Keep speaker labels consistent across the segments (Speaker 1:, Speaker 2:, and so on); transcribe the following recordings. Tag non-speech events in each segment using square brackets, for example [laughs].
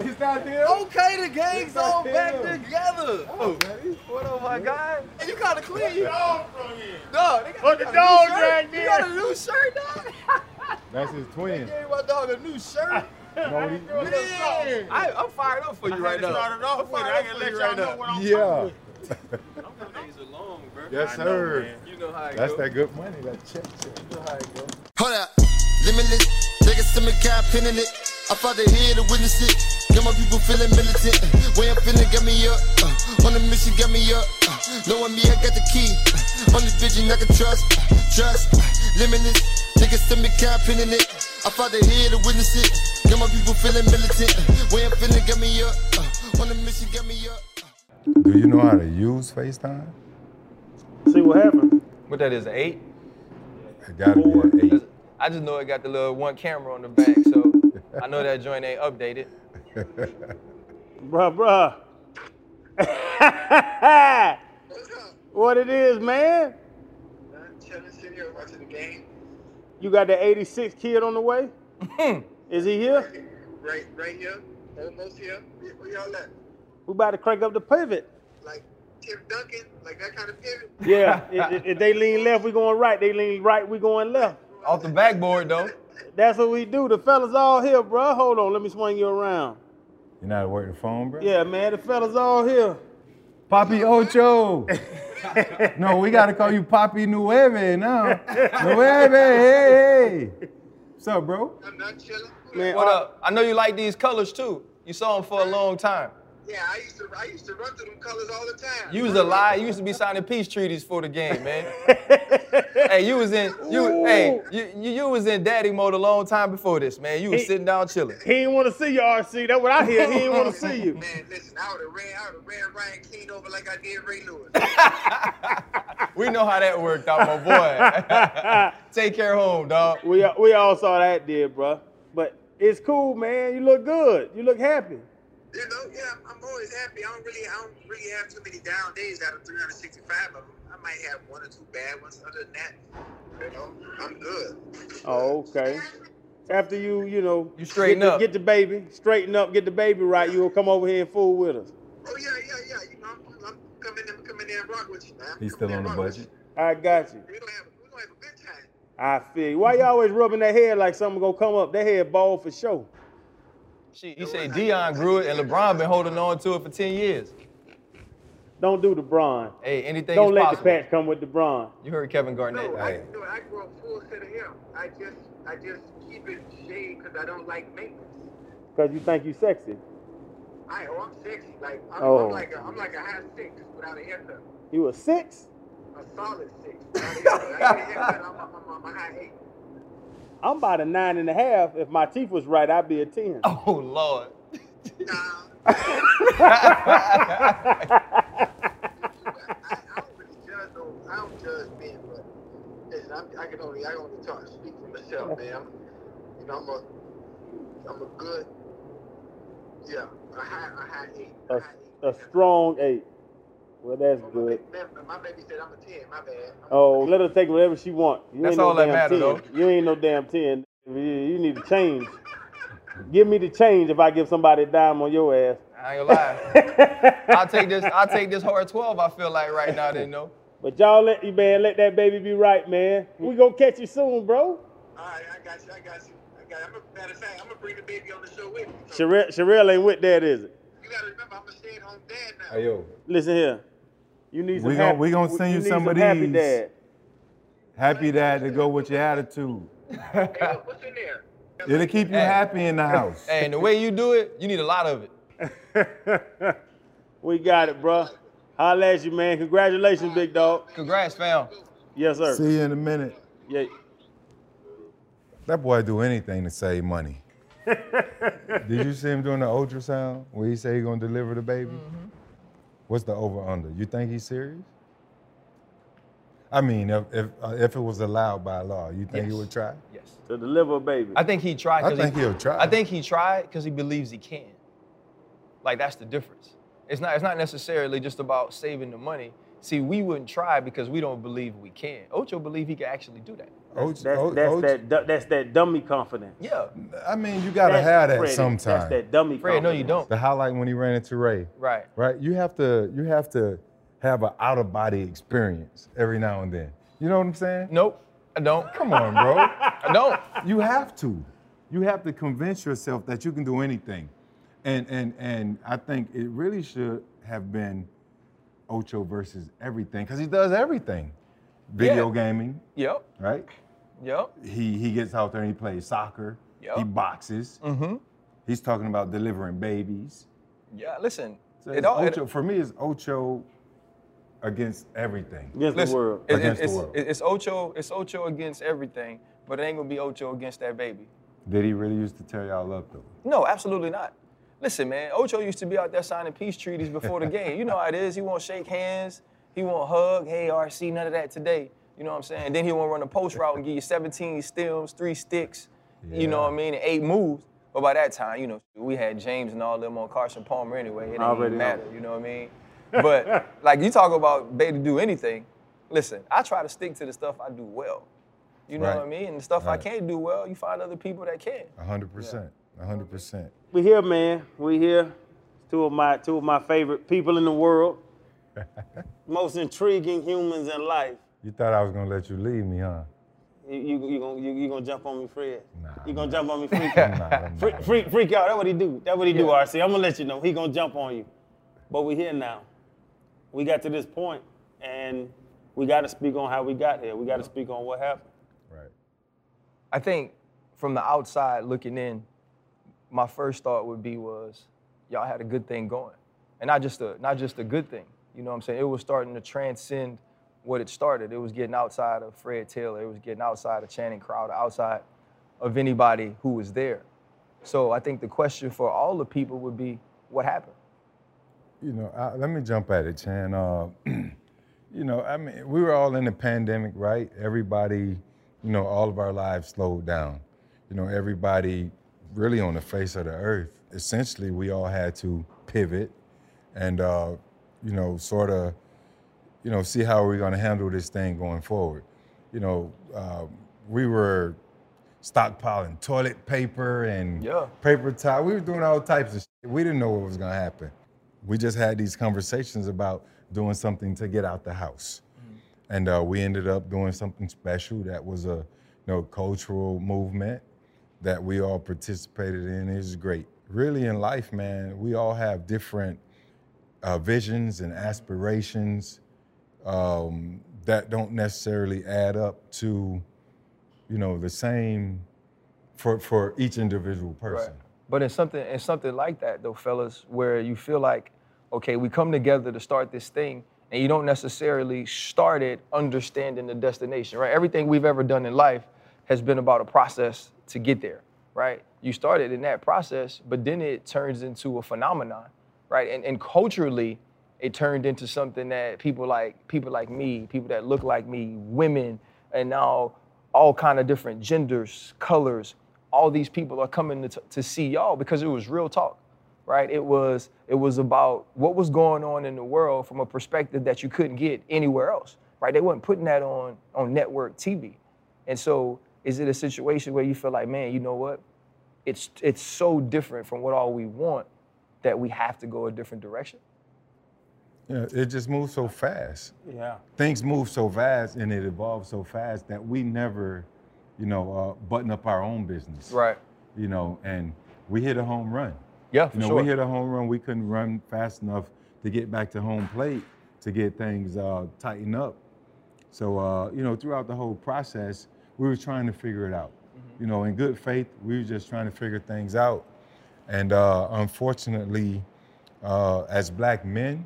Speaker 1: It's not him.
Speaker 2: Oh.
Speaker 3: Okay, the gang's all back together.
Speaker 1: Oh, baby.
Speaker 3: What up, my guy? Hey, you gotta clean.
Speaker 2: Get off from here.
Speaker 3: Dog, they got,
Speaker 2: What
Speaker 3: they
Speaker 2: the
Speaker 3: got a new
Speaker 2: dog
Speaker 3: shirt.
Speaker 2: dragged
Speaker 3: You
Speaker 2: in.
Speaker 3: got a new shirt,
Speaker 2: [laughs]
Speaker 3: dog?
Speaker 1: That's his
Speaker 3: I
Speaker 1: twin.
Speaker 3: gave my dog a new shirt.
Speaker 1: No, he-
Speaker 2: What the
Speaker 3: [laughs]
Speaker 2: fuck?
Speaker 3: Man, I, I'm fired up for you
Speaker 2: I
Speaker 3: right now.
Speaker 2: started off
Speaker 3: I'm
Speaker 2: with it.
Speaker 3: fired
Speaker 2: I
Speaker 3: up
Speaker 2: can
Speaker 3: for
Speaker 2: let
Speaker 3: you
Speaker 2: y'all
Speaker 3: right
Speaker 2: know
Speaker 3: now.
Speaker 2: what I'm
Speaker 1: yeah.
Speaker 3: Them things are long,
Speaker 2: [laughs]
Speaker 3: bro.
Speaker 1: Yes,
Speaker 2: I know,
Speaker 1: sir.
Speaker 2: man.
Speaker 3: You know how it
Speaker 1: That's
Speaker 3: go.
Speaker 1: that good money. That check, check.
Speaker 3: You know how it go.
Speaker 4: Hold up, limitless. Take a stomach cap, pinning it. I fought the here to witness it. Got my people feeling militant. Way I'm feeling, got me up. Uh, on the mission, got me up. Uh, knowing me, I got the key. Uh, on this vision, I can trust. Uh, trust. Uh, limitless. Take a stomach cap, pinning it. I fought the here to witness it. Got my people feeling militant. Uh, way I'm feeling, got me up. Uh, on the mission, got me up.
Speaker 5: Do you know how to use FaceTime?
Speaker 6: See what happens.
Speaker 3: What that is, an eight?
Speaker 5: It gotta be an eight.
Speaker 3: I just know it got the little one camera on the back, so I know that joint ain't updated.
Speaker 6: Bruh, bruh. [laughs] what it is, man?
Speaker 7: watching the game.
Speaker 6: You got the 86 kid on the
Speaker 7: [laughs]
Speaker 6: way? is he here?
Speaker 7: Right, right here, almost here. Where, where y'all at?
Speaker 6: We about to crank up the pivot.
Speaker 7: Like Tim Duncan, like that kind of pivot. [laughs]
Speaker 6: Yeah. if, if- if they lean left, we going right. They lean right, we going left.
Speaker 3: Off the backboard though.
Speaker 6: That's what we do. The fellas all here, bruh. Hold on, let me swing you around.
Speaker 5: You know how to work the phone, bro?
Speaker 6: Yeah, man, the fellas all here.
Speaker 1: [laughs]
Speaker 5: Papi Ocho. no, we gotta call you Papi Nueve now. Nueve, hey, hey. What's up, bro?
Speaker 7: I'm not chilling.
Speaker 6: Man,
Speaker 3: What
Speaker 6: all-
Speaker 3: up? I know you like these colors too. You saw them for a long time.
Speaker 7: Yeah, I used to, I used to run through them colors all the time.
Speaker 3: You was a lie. You used to be signing peace treaties for the game,
Speaker 6: [laughs]
Speaker 3: man. hey, you was in you. Hey, you, you you was in daddy mode a long time before this, man. You was
Speaker 6: He-
Speaker 3: sitting down chilling.
Speaker 6: [laughs] He ain't want to see you, RC. That's what I hear. He ain't want to see you.
Speaker 7: Man, listen, I would have ran, I would have ran Ryan King over like I did Ray
Speaker 3: [laughs]
Speaker 7: Lewis.
Speaker 3: We know how that worked out, my
Speaker 6: [laughs]
Speaker 3: boy. Take care home, dog.
Speaker 6: We we all saw that, did bruh. But it's cool, man. You look good. You look happy.
Speaker 7: you know, yeah, I'm, I'm always happy. I don't really, I don't really have too many down days out of 365 of them. I might have one or two bad ones. Other than that, you know, I'm good.
Speaker 6: Oh, okay. After you, you know,
Speaker 3: You straighten
Speaker 6: get the,
Speaker 3: up.
Speaker 6: Get the baby, straighten up, get the baby right. You will come over here and fool with us.
Speaker 7: Oh yeah, yeah, yeah. You know, I'm, I'm coming, I'm coming there and rock with you, man.
Speaker 5: He's still on the budget.
Speaker 6: I got you.
Speaker 7: We're gonna have, we're gonna have a good time.
Speaker 6: I feel you. Why you always rubbing that head like something gonna come up? That head bald for sure.
Speaker 3: She, he said Dion grew it, and LeBron been holding on to it for ten years.
Speaker 6: Don't do the bronze.
Speaker 3: Hey, anything
Speaker 6: Don't
Speaker 3: is
Speaker 6: let
Speaker 3: possible.
Speaker 6: the patch come with the bronze.
Speaker 3: You heard Kevin Garnett.
Speaker 7: No, I,
Speaker 5: Hey.
Speaker 7: no, I grow a full set of hair. I just, I just keep it shaved because I don't like maintenance.
Speaker 6: Cause you think you sexy.
Speaker 7: I, oh, I'm sexy. Like, I'm,
Speaker 6: Oh.
Speaker 7: I'm like, a, I'm like a high six without a haircut.
Speaker 6: You a six?
Speaker 7: A solid six. Without a haircut. I get a haircut, I'm, I'm, I'm, I'm a high eight.
Speaker 6: I'm about a nine and a half. If my teeth was right, I'd be a ten.
Speaker 3: [laughs] Oh Lord.
Speaker 7: Nah. I, I don't really judge no, I don't judge men, but listen, I'm, I can only, I can only talk, speak for myself, man. I'm, you know, I'm a, I'm a good, yeah, a high, a high eight, a,
Speaker 6: A,
Speaker 7: high eight.
Speaker 6: a strong eight. Well, that's
Speaker 7: Oh, my,
Speaker 6: good.
Speaker 7: baby, my baby said I'm a ten. My bad. I'm
Speaker 6: Oh, let her take whatever she want. You
Speaker 3: That's
Speaker 6: ain't no
Speaker 3: all that
Speaker 6: damn
Speaker 3: matter,
Speaker 6: 10.
Speaker 3: though.
Speaker 6: You ain't no damn ten. You- You need to change. give me the change if I give somebody a dime on your ass.
Speaker 3: I ain't
Speaker 6: [laughs]
Speaker 3: gonna lie. [laughs] I'll take this. I'll take this hard twelve. I feel like right now, then though.
Speaker 6: But y'all let you man, let that baby be right, man. We gonna catch you soon, bro.
Speaker 7: All right, I got you. I got you. I got. You. I'm a, matter of fact, I'm gonna bring the baby on the show with me. So
Speaker 6: Sherelle, Sherelle ain't with that, is it?
Speaker 7: you gotta remember, I'm a stay-at-home dad now.
Speaker 5: Hey, yo.
Speaker 6: Listen here. You need some
Speaker 5: We gon-
Speaker 6: happy-
Speaker 5: we gonna send you
Speaker 6: need
Speaker 5: some of
Speaker 6: happy
Speaker 5: these.
Speaker 6: dad.
Speaker 5: Happy dad to go with your attitude.
Speaker 7: Hey, what- what's in there?
Speaker 5: It'll keep you
Speaker 3: Hey.
Speaker 5: happy in the house.
Speaker 3: Hey, and the way you do it, you need a lot of it.
Speaker 6: [laughs] We got it, bro. Holla at you, man. Congratulations, big dog.
Speaker 3: Congrats, fam.
Speaker 6: Yes, sir.
Speaker 5: See you in a minute.
Speaker 6: Yeah.
Speaker 5: That boy do anything to save
Speaker 6: [laughs]
Speaker 5: money. Did you see him doing the ultrasound where he say he gonna deliver the baby?
Speaker 6: Mm-hmm.
Speaker 5: What's the over under? You think he's serious? I mean, if if, uh, if it was allowed by law, you think he
Speaker 3: Yes.
Speaker 5: would try?
Speaker 3: Yes.
Speaker 6: To deliver a baby.
Speaker 3: I think he tried.
Speaker 5: I
Speaker 3: 'cause
Speaker 5: think
Speaker 3: he,
Speaker 5: he'll try.
Speaker 3: I think he tried because he believes he can. Like that's the difference. It's not. It's not necessarily just about saving the money. See, we wouldn't try because we don't believe we can. Ocho believe he can actually do that.
Speaker 5: Ocho,
Speaker 6: That's
Speaker 5: O-
Speaker 6: that's
Speaker 5: Ocho-
Speaker 6: that du- that's that dummy confidence.
Speaker 3: Yeah.
Speaker 5: I mean, you gotta
Speaker 6: That's-
Speaker 5: have that
Speaker 6: Freddie, That's
Speaker 5: sometime.
Speaker 6: that dummy
Speaker 3: Fred, no, you
Speaker 6: confidence.
Speaker 3: don't.
Speaker 5: The highlight when he ran into Ray,
Speaker 3: Right.
Speaker 5: right? You have to you have to have an out of body experience every now and then. You know what I'm saying?
Speaker 3: Nope. I don't.
Speaker 5: Come on,
Speaker 6: [laughs]
Speaker 5: bro.
Speaker 3: I don't.
Speaker 5: You have to. You have to convince yourself that you can do anything. And and and I think it really should have been Ocho versus everything, because he does everything. Video gaming,
Speaker 3: Yep.
Speaker 5: right?
Speaker 3: Yep.
Speaker 5: He he gets out there and he plays soccer.
Speaker 3: Yup.
Speaker 5: He boxes.
Speaker 3: Mm-hmm.
Speaker 5: He's talking about delivering babies.
Speaker 3: Yeah. Listen.
Speaker 5: So
Speaker 3: it
Speaker 5: it's
Speaker 3: all, it-
Speaker 5: Ocho, for me, it's Ocho against everything.
Speaker 6: Against
Speaker 3: listen,
Speaker 6: the world.
Speaker 3: it- it-
Speaker 5: Against the
Speaker 3: it's,
Speaker 5: world.
Speaker 3: it's Ocho. It's Ocho against everything, but it ain't gonna be Ocho against that baby.
Speaker 5: Did he really used to tear y'all up though?
Speaker 3: No, absolutely not. Listen, man, Ocho used to be out there signing peace treaties
Speaker 5: [laughs]
Speaker 3: before the game. You know how it is. He won't shake hands. He won't hug. Hey, RC, none of that today. You know what I'm saying? then he won't run a post route and give you 17 stems, three sticks, you know what I
Speaker 5: Yeah.
Speaker 3: mean, and eight moves. But by that time, you know, we had James and all them on Carson Palmer anyway. It didn't
Speaker 6: Already
Speaker 3: even
Speaker 6: know.
Speaker 3: matter, you know what I mean?
Speaker 5: [laughs]
Speaker 3: But like you talk about Bay to do anything. Listen, I try to stick to the stuff I do well. You know
Speaker 5: Right.
Speaker 3: what I mean? And the stuff
Speaker 5: Right.
Speaker 3: I can't do well, you find other people that can.
Speaker 5: A hundred percent. A hundred percent.
Speaker 6: We here, man. We here. Two of my two of my favorite people in the
Speaker 5: [laughs]
Speaker 6: world. Most intriguing humans in life.
Speaker 5: You thought I was gonna let you leave me, huh?
Speaker 6: You you you gonna you, you gonna jump on me, Fred?
Speaker 5: Nah,
Speaker 6: you gonna
Speaker 5: nah. [laughs]
Speaker 6: jump on me, freak
Speaker 5: I'm
Speaker 6: out?
Speaker 5: not, I'm not.
Speaker 6: freak, freak freak out. That's what he do. That's what he do. RC, I'm gonna let you know he gonna jump on you. But we here now. We got to this point, and we got to speak on how we got here. We got to speak on what happened.
Speaker 5: Right.
Speaker 3: I think from the outside looking in, my first thought would be was y'all had a good thing going. And not just a not just a good thing. You know what I'm saying? It was starting to transcend what it started. It was getting outside of Fred Taylor. It was getting outside of Channing Crowder, outside of anybody who was there. So I think the question for all the people would be, what happened?
Speaker 5: You know, I, let me jump at it, Chan. Uh, [clears throat] you know, I mean, we were all in the pandemic, right? Everybody, you know, all of our lives slowed down. You know, everybody really on the face of the earth. Essentially, we all had to pivot and, uh, you know, sort of, you know, see how we're going to handle this thing going forward. You know, uh, we were stockpiling toilet paper and
Speaker 3: Yeah.
Speaker 5: paper towel. We were doing all types of shit. We didn't know what was going to happen. We just had these conversations about doing something to get out the house and uh, we ended up doing something special that was a you know cultural movement that we all participated in is great really in life man we all have different uh, visions and aspirations um, that don't necessarily add up to you know the same for for each individual person
Speaker 3: But in something in something like that though, fellas, where you feel like, okay, we come together to start this thing, and you don't necessarily start it understanding the destination, right? Everything we've ever done in life has been about a process to get there, right? You started in that process, but then it turns into a phenomenon, right? And and culturally, it turned into something that people like people like me, people that look like me, women, and now all kind of different genders, colors. All these people are coming to, to see y'all because it was real talk, right? It was it was about what was going on in the world from a perspective that you couldn't get anywhere else, right? They weren't putting that on on network TV, and so is it a situation where you feel like, man, you know what? It's it's so different from what all we want that we have to go a different direction.
Speaker 5: you know, it just moves so fast
Speaker 6: Yeah.
Speaker 5: things move so fast and it evolves so fast that we never, you know, uh, button up our own business.
Speaker 3: Right.
Speaker 5: You know, and we hit a home run.
Speaker 3: Yeah,
Speaker 5: You know, we hit a home run. We couldn't run fast enough to get back to home plate to get things uh, tightened up. So, uh, you know, throughout the whole process, we were trying to figure it out.
Speaker 3: Mm-hmm.
Speaker 5: You know, in good faith, we were just trying to figure things out. And uh, unfortunately, uh, as black men,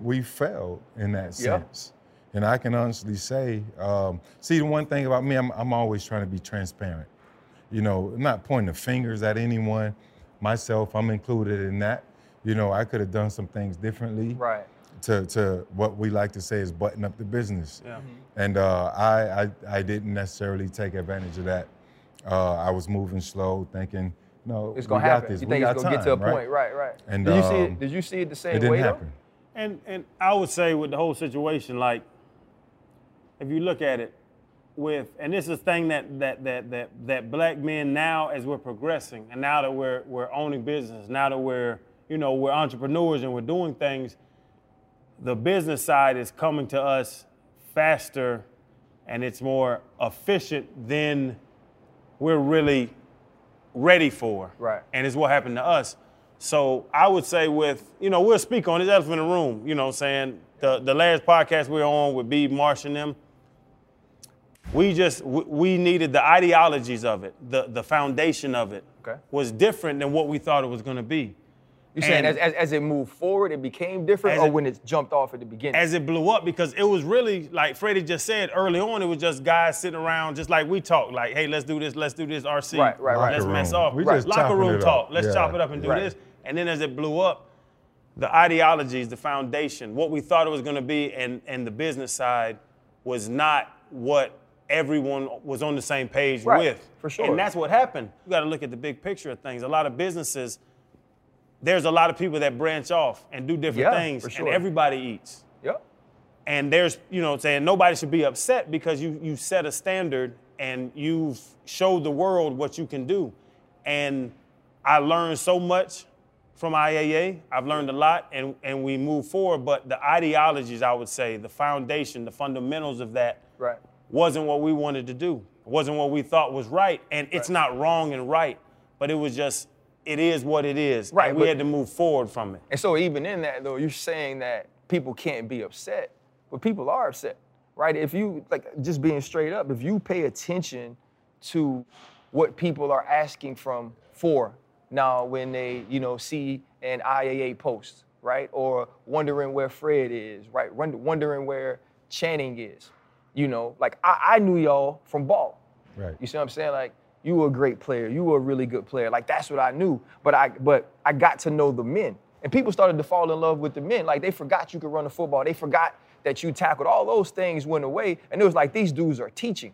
Speaker 5: we failed in that
Speaker 3: Mm-hmm. Yeah.
Speaker 5: sense. And I can honestly say, um, see, the one thing about me, I'm, I'm always trying to be transparent. You know, I'm not pointing the fingers at anyone, myself, I'm included in that. You know, I could have done some things differently
Speaker 3: Right.
Speaker 5: to, to what we like to say is button up the business.
Speaker 6: Yeah.
Speaker 5: And uh, I, I, I didn't necessarily take advantage of that. Uh, I was moving slow, thinking, no,
Speaker 3: It's gonna
Speaker 5: we got
Speaker 3: happen.
Speaker 5: this.
Speaker 3: You
Speaker 5: we
Speaker 3: think it's
Speaker 5: got time,
Speaker 3: gonna get to a
Speaker 5: right?
Speaker 3: point, right? Right.
Speaker 5: And,
Speaker 3: did you see
Speaker 5: um,
Speaker 3: it? Did you see it the same
Speaker 5: It didn't
Speaker 3: way? though?
Speaker 5: happen.
Speaker 6: And and I would say with the whole situation, like if you look at it, with and this is a thing that that that that that black men now as we're progressing and now that we're we're owning business, now that we're you know we're entrepreneurs and we're doing things, the business side is coming to us faster and it's more efficient than we're really ready for.
Speaker 3: Right.
Speaker 6: And it's what happened to us. So I would say with, you know, we'll speak on this elephant in the room, you know what I'm saying? The the last podcast we were on with B Marsh and them, we just we, we needed the ideologies of it, the the foundation of it
Speaker 3: Okay.
Speaker 6: was different than what we thought it was gonna be.
Speaker 3: You're saying
Speaker 6: And-
Speaker 3: as, as, as it moved forward, it became different,
Speaker 6: As
Speaker 3: or
Speaker 6: it-
Speaker 3: when it jumped off at the beginning?
Speaker 6: as it blew up because it was really like Freddie just said early on. It was just guys sitting around, just like we talk, like, hey, let's do this, let's do this, RC,
Speaker 3: Right, right, right.
Speaker 6: let's
Speaker 5: Locker
Speaker 6: mess
Speaker 5: room.
Speaker 6: off,
Speaker 5: We
Speaker 6: right.
Speaker 5: just
Speaker 6: locker
Speaker 5: chopping
Speaker 6: room
Speaker 5: it
Speaker 6: talk,
Speaker 5: up.
Speaker 6: let's
Speaker 5: Yeah.
Speaker 6: chop it up and do
Speaker 3: Right.
Speaker 6: this. And then as it blew up, the ideologies, the foundation, what we thought it was going to be, and and the business side was not what everyone was on the same page
Speaker 3: Right,
Speaker 6: with.
Speaker 3: for sure.
Speaker 6: And that's what happened. You got to look at the big picture of things. A lot of businesses. There's a lot of people that branch off and do different
Speaker 3: Yeah,
Speaker 6: things,
Speaker 3: for
Speaker 6: and
Speaker 3: sure.
Speaker 6: everybody eats
Speaker 3: yep.
Speaker 6: and there's you know what I'm saying nobody should be upset because you you set a standard and you've showed the world what you can do and i learned so much from iaa i've learned a lot and and we move forward but the ideologies i would say the foundation the fundamentals of that
Speaker 3: Right.
Speaker 6: wasn't what we wanted to do wasn't what we thought was right and it's not wrong and right but it was just it is what it is
Speaker 3: Right,
Speaker 6: and we
Speaker 3: but-
Speaker 6: had to move forward from it
Speaker 3: And so even in that though, you're saying that people can't be upset, but people are upset, right? If you like just being straight up, if you pay attention to what people are asking from for now when they, you know, see an IAA post, right? Or wondering where Fred is, right? Wonder- Wondering where Channing is. You know, like I, I knew y'all from ball.
Speaker 5: Right.
Speaker 3: You see what I'm saying? Like you were a great player. You were a really good player. Like that's what I knew. But I but I got to know the men. And people started to fall in love with the men. Like they forgot you could run the football. They forgot that you tackled. All those things went away. And it was like these dudes are teaching.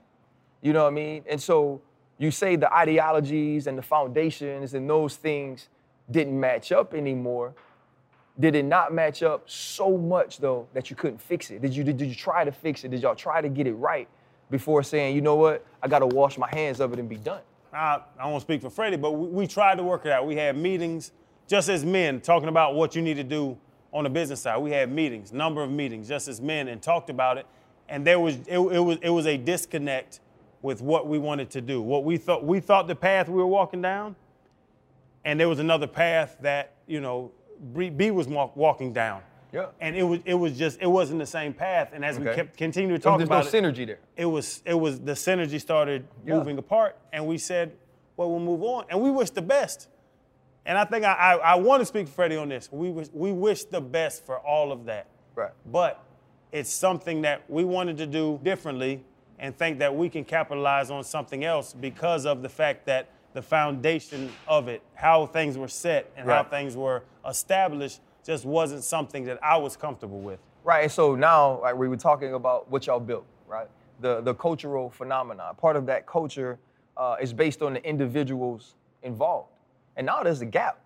Speaker 3: You know what I mean? And so you say the ideologies and the foundations and those things didn't match up anymore. Did it not match up so much though that you couldn't fix it? Did you did, you try to fix it? Did y'all try to get it right before saying, you know what, I gotta wash my hands of it and be done?
Speaker 6: I, I won't speak for Freddie, but we, we tried to work it out. We had meetings, just as men, talking about what you need to do on the business side. We had meetings, number of meetings, just as men, and talked about it. And there was it, it was it was a disconnect with what we wanted to do, what we thought we thought the path we were walking down, and there was another path that you know B, B was walk, walking down.
Speaker 3: Yeah.
Speaker 6: And it was it was just it wasn't the same path. And as we
Speaker 3: Okay.
Speaker 6: kept continuing to talk
Speaker 3: There's no
Speaker 6: about it,
Speaker 3: synergy there.
Speaker 6: it was it was the synergy started
Speaker 3: Yeah.
Speaker 6: moving apart, and we said, well, we'll move on, and we wish the best. And I think I I, I want to speak for Freddie on this. We wish we wish the best for all of that,
Speaker 3: Right.
Speaker 6: but it's something that we wanted to do differently, and think that we can capitalize on something else because of the fact that the foundation of it, how things were set, and how
Speaker 3: Right.
Speaker 6: things were established, just wasn't something that I was comfortable with.
Speaker 3: Right. And so now like, we were talking about what y'all built, right? The the cultural phenomenon. Part of that culture uh, is based on the individuals involved. And now there's a gap.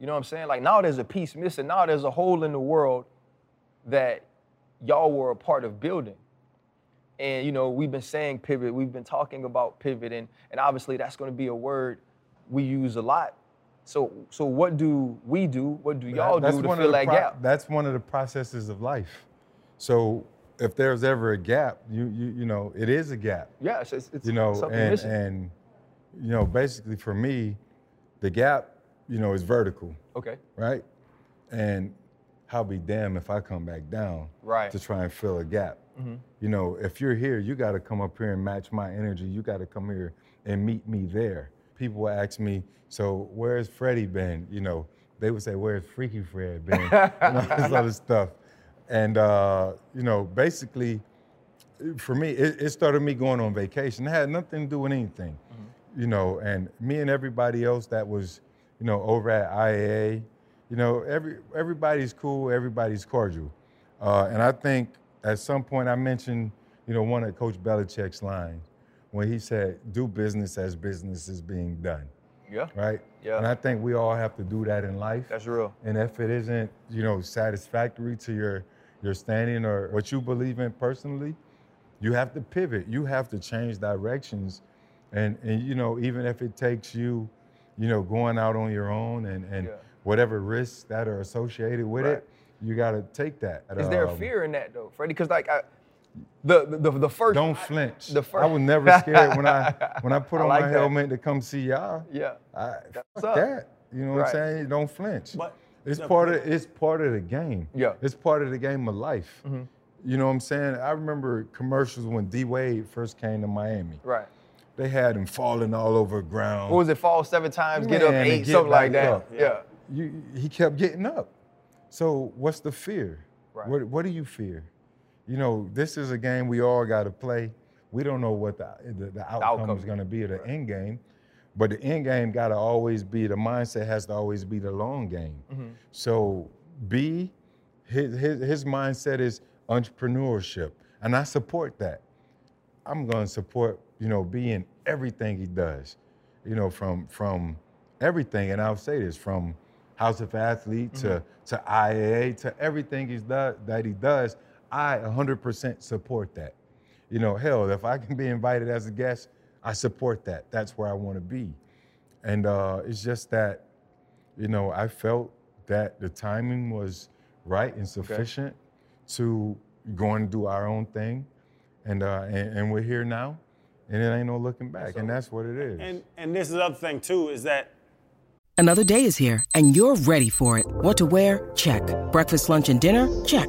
Speaker 3: You know what I'm saying? Like now there's a piece missing. Now there's a hole in the world that y'all were a part of building. And you know, we've been saying pivot, we've been talking about pivot, and, and obviously that's gonna be a word we use a lot. So so what do we do? What do y'all
Speaker 5: That-
Speaker 3: do to
Speaker 5: one of
Speaker 3: fill
Speaker 5: the
Speaker 3: that
Speaker 5: pro-
Speaker 3: gap?
Speaker 5: That's one of the processes of life. So if there's ever a gap, you you you know, it is a gap.
Speaker 3: Yeah, it's, it's, it's
Speaker 5: You know,
Speaker 3: something
Speaker 5: and
Speaker 3: missing.
Speaker 5: and you know, basically for me, the gap, you know, is vertical,
Speaker 3: okay,
Speaker 5: right? And I'll be damned if I come back down
Speaker 3: Right. Mm-hmm.
Speaker 5: to try and fill a gap. You know, if you're here, you got to come up here and match my energy. You got to come here and meet me there. People will ask me, so where's Freddie been? You know, they would say, where's Freaky Fred
Speaker 3: [laughs]
Speaker 5: been? and all this other stuff. And, uh, you know, basically, for me, it, it started me going on vacation. It had nothing to do with anything, you know. And me and everybody else that was, you know, over at IAA, you know, every everybody's cool, everybody's cordial. Uh, and I think at some point I mentioned, you know, one of Coach Belichick's lines when he said, "Do business as business is being done."
Speaker 3: Yeah.
Speaker 5: right?
Speaker 3: Yeah.
Speaker 5: And I think we all have to do that in life.
Speaker 3: That's real.
Speaker 5: And if it isn't, you know, satisfactory to your your standing or what you believe in personally, you have to pivot. You have to change directions. And and you know, even if it takes you, you know, going out on your own and and
Speaker 3: Yeah.
Speaker 5: whatever risks that are associated with
Speaker 3: Right.
Speaker 5: it, you got to take that.
Speaker 3: Is there a
Speaker 5: Um,
Speaker 3: fear in that though, Freddie? Because like I, the, the the first
Speaker 5: Don't flinch.
Speaker 3: the
Speaker 5: I
Speaker 3: first-
Speaker 5: was never scared when I when I put
Speaker 3: [laughs] I
Speaker 5: on
Speaker 3: like
Speaker 5: my
Speaker 3: that.
Speaker 5: helmet to come see y'all.
Speaker 3: yeah.
Speaker 5: I, fuck
Speaker 3: up.
Speaker 5: that. You know what
Speaker 3: Right.
Speaker 5: I'm saying? Don't flinch.
Speaker 6: But-
Speaker 5: it's
Speaker 6: No,
Speaker 5: part of
Speaker 6: but-
Speaker 5: it's part of the game.
Speaker 3: Yeah. Mm-hmm.
Speaker 5: It's part of the game of life. You know what I'm saying? I remember commercials when D Wade first came to Miami.
Speaker 3: Right.
Speaker 5: They had him falling all over the ground.
Speaker 3: What was it? Fall seven times, get up
Speaker 5: Man, and
Speaker 3: eight,
Speaker 5: get
Speaker 3: something like
Speaker 5: back
Speaker 3: that.
Speaker 5: up.
Speaker 3: Yeah.
Speaker 5: you, he kept getting up. So what's the fear?
Speaker 3: Right.
Speaker 5: What, what do you fear? You know, this is a game we all got to play. We don't know what the, the, the outcome,
Speaker 3: outcome.
Speaker 5: is going to be of the end game, but the end game got to always be the mindset has to always be the long game. So B, his, his his mindset is entrepreneurship, and I support that. I'm going to support, you know, B in everything he does, you know, from from everything. And I'll say this from House of Athlete to to IAA to everything he's do, that he does. I 100% support that. You know, hell, if I can be invited as a guest, I support that. That's where I want to be. And uh, it's just that, you know, I felt that the timing was right and sufficient to go and do our own thing. And, uh, and, and we're here now, and it ain't no looking back. and that's what it is.
Speaker 6: And and this is the other thing too is that
Speaker 2: Another day is here, and you're ready for it. What to wear? Check. Breakfast, lunch, and dinner? Check.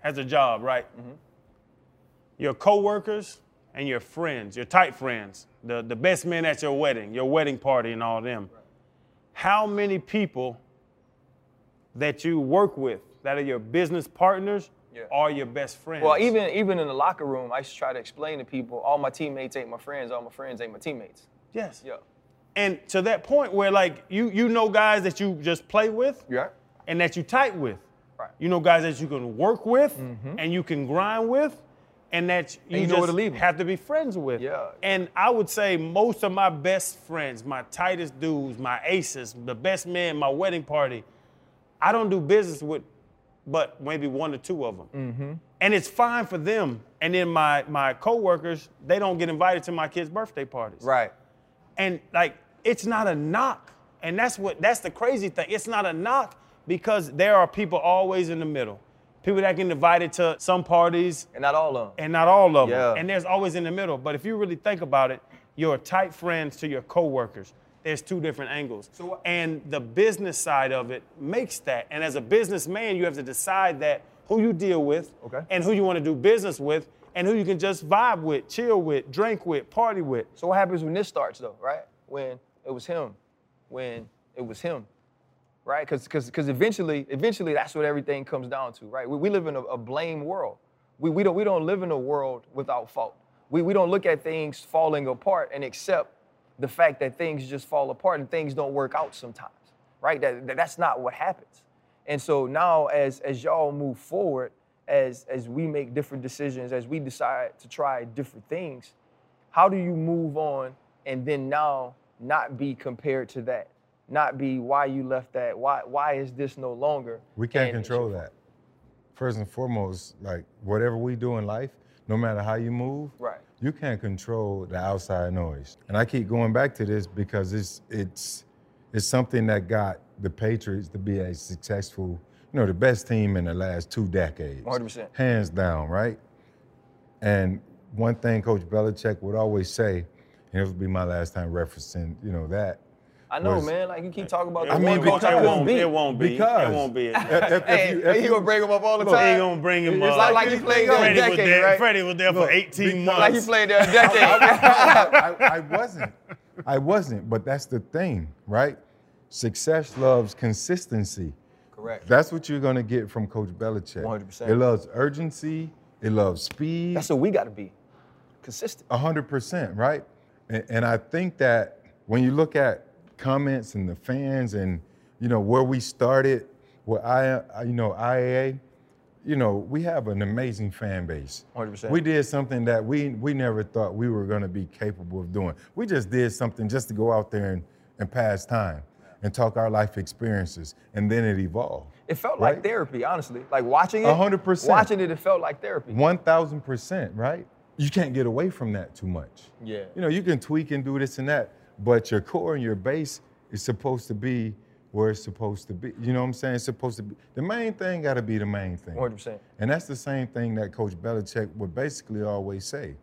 Speaker 6: has a job, right?
Speaker 3: Mm-hmm.
Speaker 6: Your coworkers and your friends, your tight friends, the, the best men at your wedding, your wedding party, and all them. How many people that you work with that are your business partners
Speaker 3: Yeah.
Speaker 6: are your best friends?
Speaker 3: Well, even even in the locker room, I used to try to explain to people, all my teammates ain't my friends, all my friends ain't my teammates.
Speaker 6: yes,
Speaker 3: Yeah.
Speaker 6: and to that point where like you you know guys that you just play with,
Speaker 3: Yeah.
Speaker 6: and that you tight with.
Speaker 3: Right. Mm-hmm.
Speaker 6: You know guys that you can work with and you can grind with and that you,
Speaker 3: you know
Speaker 6: just
Speaker 3: where to leave 'em.
Speaker 6: have to be friends with.
Speaker 3: Yeah.
Speaker 6: And I would say most of my best friends, my tightest dudes, my aces, the best men, my wedding party, I don't do business with but maybe one or two of them.
Speaker 3: Mm-hmm.
Speaker 6: And it's fine for them. And then my my coworkers, they don't get invited to my kids' birthday parties
Speaker 3: Right.
Speaker 6: and like it's not a knock and that's what that's the crazy thing it's not a knock because there are people always in the middle people that get invited to some parties
Speaker 3: And not all of them.
Speaker 6: and not all of them
Speaker 3: Yeah.
Speaker 6: and there's always in the middle but if you really think about it your tight friends to your coworkers there's two different angles and the business side of it makes that and as a businessman you have to decide that who you deal with
Speaker 3: Okay.
Speaker 6: and who you want to do business with and who you can just vibe with chill with drink with party with
Speaker 3: So what happens when this starts though, right? When it was him, when it was him, right? Because because eventually eventually that's what everything comes down to, right? We, we live in a, a blame world. We, we don't we don't live in a world without fault. We we don't look at things falling apart and accept the fact that things just fall apart and things don't work out sometimes, right? That, that that's not what happens. And so now, as as y'all move forward, as as we make different decisions, as we decide to try different things, how do you move on and then now not be compared to that, not be why you left that, why why is this no longer?
Speaker 5: We can't
Speaker 3: And it's
Speaker 5: control
Speaker 3: your
Speaker 5: that. First and foremost, like whatever we do in life, no matter how you move,
Speaker 3: Right.
Speaker 5: you can't control the outside noise. And I keep going back to this because it's it's it's something that got the Patriots to be a successful, you know, the best team in the last two decades.
Speaker 3: 100%.
Speaker 5: Hands down, right? And one thing Coach Belichick would always say, and it would be my last time referencing, you know, that.
Speaker 3: I know,
Speaker 5: was-
Speaker 3: man. Like you keep talking about.
Speaker 6: It
Speaker 3: that
Speaker 5: mean,
Speaker 3: one
Speaker 6: won't-
Speaker 3: coach
Speaker 5: because-
Speaker 6: it
Speaker 3: I couldn't
Speaker 6: won't,
Speaker 3: beat.
Speaker 6: it won't be.
Speaker 5: Because-
Speaker 6: it won't be.
Speaker 5: If- if- if
Speaker 3: [laughs] Hey,
Speaker 5: you- if
Speaker 3: hey, he
Speaker 5: you-
Speaker 3: gonna bring him up all the
Speaker 5: Look,
Speaker 3: time.
Speaker 6: He gonna bring him
Speaker 3: It's
Speaker 6: up.
Speaker 3: like he played there a
Speaker 6: Freddie was
Speaker 3: decade,
Speaker 6: there.
Speaker 3: right?
Speaker 6: Freddie was there for
Speaker 3: [laughs]
Speaker 6: 18 months.
Speaker 3: Like he played there
Speaker 5: [laughs]
Speaker 3: a decade.
Speaker 5: I, I- I wasn't. I wasn't, but that's the thing, right? Success loves consistency.
Speaker 3: Correct.
Speaker 5: That's what you're gonna get from Coach Belichick.
Speaker 3: 100%.
Speaker 5: It loves urgency. It loves speed.
Speaker 3: That's what we got to be consistent.
Speaker 5: A hundred percent, right? And, and I think that when you look at comments and the fans and you know where we started with I, I- you know IAA, you know we have an amazing fan base.
Speaker 3: 100%.
Speaker 5: We did something that we we never thought we were going to be capable of doing. We just did something just to go out there and, and pass time and talk our life experiences, and then it evolved.
Speaker 3: It felt
Speaker 5: Right.
Speaker 3: like therapy, honestly. Like watching it.
Speaker 5: A hundred percent.
Speaker 3: Watching it, it felt like therapy.
Speaker 5: One thousand percent, right? You can't get away from that too much.
Speaker 3: Yeah.
Speaker 5: You know, you can tweak and do this and that, but your core and your base is supposed to be where it's supposed to be. You know what I'm saying? It's supposed to be the main thing gotta be the main thing.
Speaker 3: 100%.
Speaker 5: And that's the same thing that Coach Belichick would basically always say.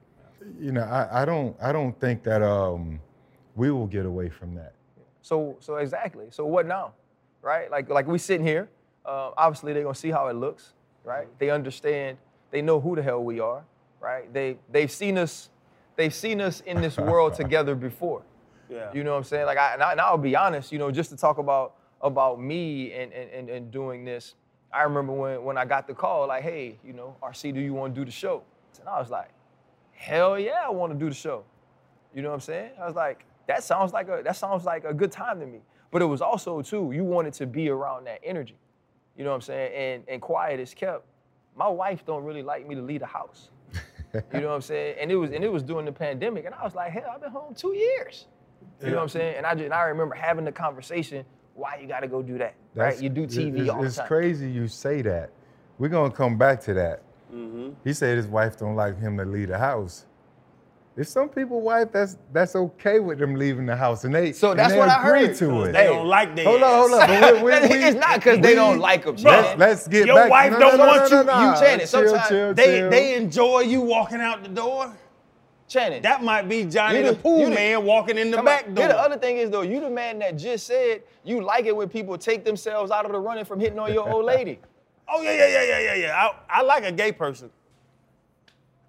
Speaker 5: You know, I, I don't I don't think that um, we will get away from that.
Speaker 3: So so exactly. So what now, right? Like like we sitting here. Uh, obviously they're gonna see how it looks, right? They understand. They know who the hell we are, right? They they've seen us. They've seen us in this world together before.
Speaker 6: Yeah.
Speaker 3: You know what I'm saying? Like I and, I and I'll be honest. You know, just to talk about about me and and and, and doing this. I remember when when I got the call like, hey, you know, RC, do you want to do the show? And I was like, hell yeah, I want to do the show. You know what I'm saying? I was like, that sounds like a that sounds like a good time to me. But it was also too, you wanted to be around that energy. You know what I'm saying? And and quiet is kept. My wife don't really like me to leave the house. you know what I'm saying? And it was and it was during the pandemic, and I was like, hell, I've been home two years. You know what I'm saying? And I just, and I remember having the conversation, why you gotta go do that?
Speaker 5: That's-
Speaker 3: right? You do
Speaker 5: it-
Speaker 3: TV
Speaker 5: it's,
Speaker 3: all the
Speaker 5: it's
Speaker 3: time. [laughs]
Speaker 5: crazy you say that. We're gonna come back to that.
Speaker 6: Mm-hmm.
Speaker 5: He said his wife don't like him to leave the house. If some people wife, that's that's okay with them leaving the house, and they
Speaker 3: So
Speaker 5: and
Speaker 3: that's
Speaker 5: they
Speaker 3: what I
Speaker 5: agree
Speaker 3: heard.
Speaker 5: to it.
Speaker 6: They don't like their
Speaker 5: hold on, hold on.
Speaker 6: ass.
Speaker 5: But we- we-
Speaker 3: [laughs] It's
Speaker 5: we-
Speaker 3: not 'cause they
Speaker 5: we-
Speaker 3: don't like 'em,
Speaker 5: Let's,
Speaker 3: Shannon.
Speaker 5: let's get
Speaker 6: Your
Speaker 5: back.
Speaker 6: wife
Speaker 5: no,
Speaker 6: don't
Speaker 5: no, no,
Speaker 6: want
Speaker 5: no,
Speaker 6: you-
Speaker 5: no,
Speaker 3: you,
Speaker 5: no.
Speaker 3: Shannon,
Speaker 5: Chill,
Speaker 3: sometimes
Speaker 5: chill,
Speaker 6: They
Speaker 5: chill. [laughs]
Speaker 6: they enjoy you walking out the door.
Speaker 3: Channing.
Speaker 6: That might be Johnny
Speaker 3: You
Speaker 6: the,
Speaker 3: the-
Speaker 6: Pool
Speaker 3: you the-
Speaker 6: Man walking in the
Speaker 3: Come
Speaker 6: back
Speaker 3: on.
Speaker 6: door.
Speaker 3: Yeah, the other thing is though, you the man that just said you like it when people take themselves out of the running from hitting on your old lady.
Speaker 6: oh yeah, yeah, yeah, yeah, yeah, yeah. I, I like a gay person.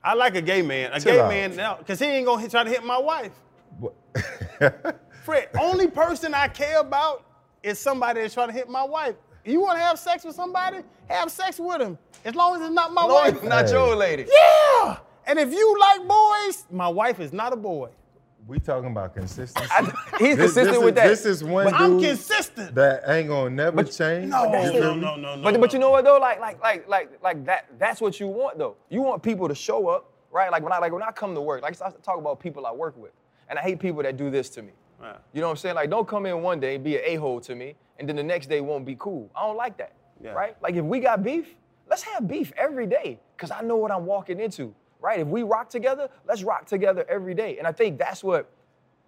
Speaker 6: I like a gay man. A
Speaker 5: Chill
Speaker 6: gay
Speaker 5: out.
Speaker 6: man now, cause he ain't gonna hit, try to hit my wife.
Speaker 5: What-
Speaker 6: Fred, only person I care about is somebody that's trying to hit my wife. You want to have sex with somebody? Have sex with him. As long as it's not my
Speaker 3: Lord,
Speaker 6: wife.
Speaker 3: not
Speaker 5: [laughs]
Speaker 3: your
Speaker 5: Hey.
Speaker 3: old lady.
Speaker 6: Yeah. And if you like boys, my wife is not a boy.
Speaker 5: we talking about consistency.
Speaker 3: He's consistent
Speaker 5: is,
Speaker 3: with that.
Speaker 5: This is one
Speaker 6: But I'm
Speaker 5: dude
Speaker 6: consistent.
Speaker 5: that ain't gonna never
Speaker 3: But-
Speaker 5: change.
Speaker 6: No,
Speaker 5: You
Speaker 6: no,
Speaker 5: feel
Speaker 6: no,
Speaker 5: me?
Speaker 6: no, no, no.
Speaker 3: But, but you know what though, like like like like like that. That's what you want though. You want people to show up, right? Like when I like when I come to work, like I talk about people I work with, and I hate people that do this to me.
Speaker 6: Right.
Speaker 3: You know what I'm saying? Like don't come in one day and be an a hole to me, and then the next day won't be cool. I don't like that,
Speaker 6: Yeah.
Speaker 3: right? Like if we got beef, let's have beef every day, cause I know what I'm walking into, right? If we rock together, let's rock together every day, and I think that's what.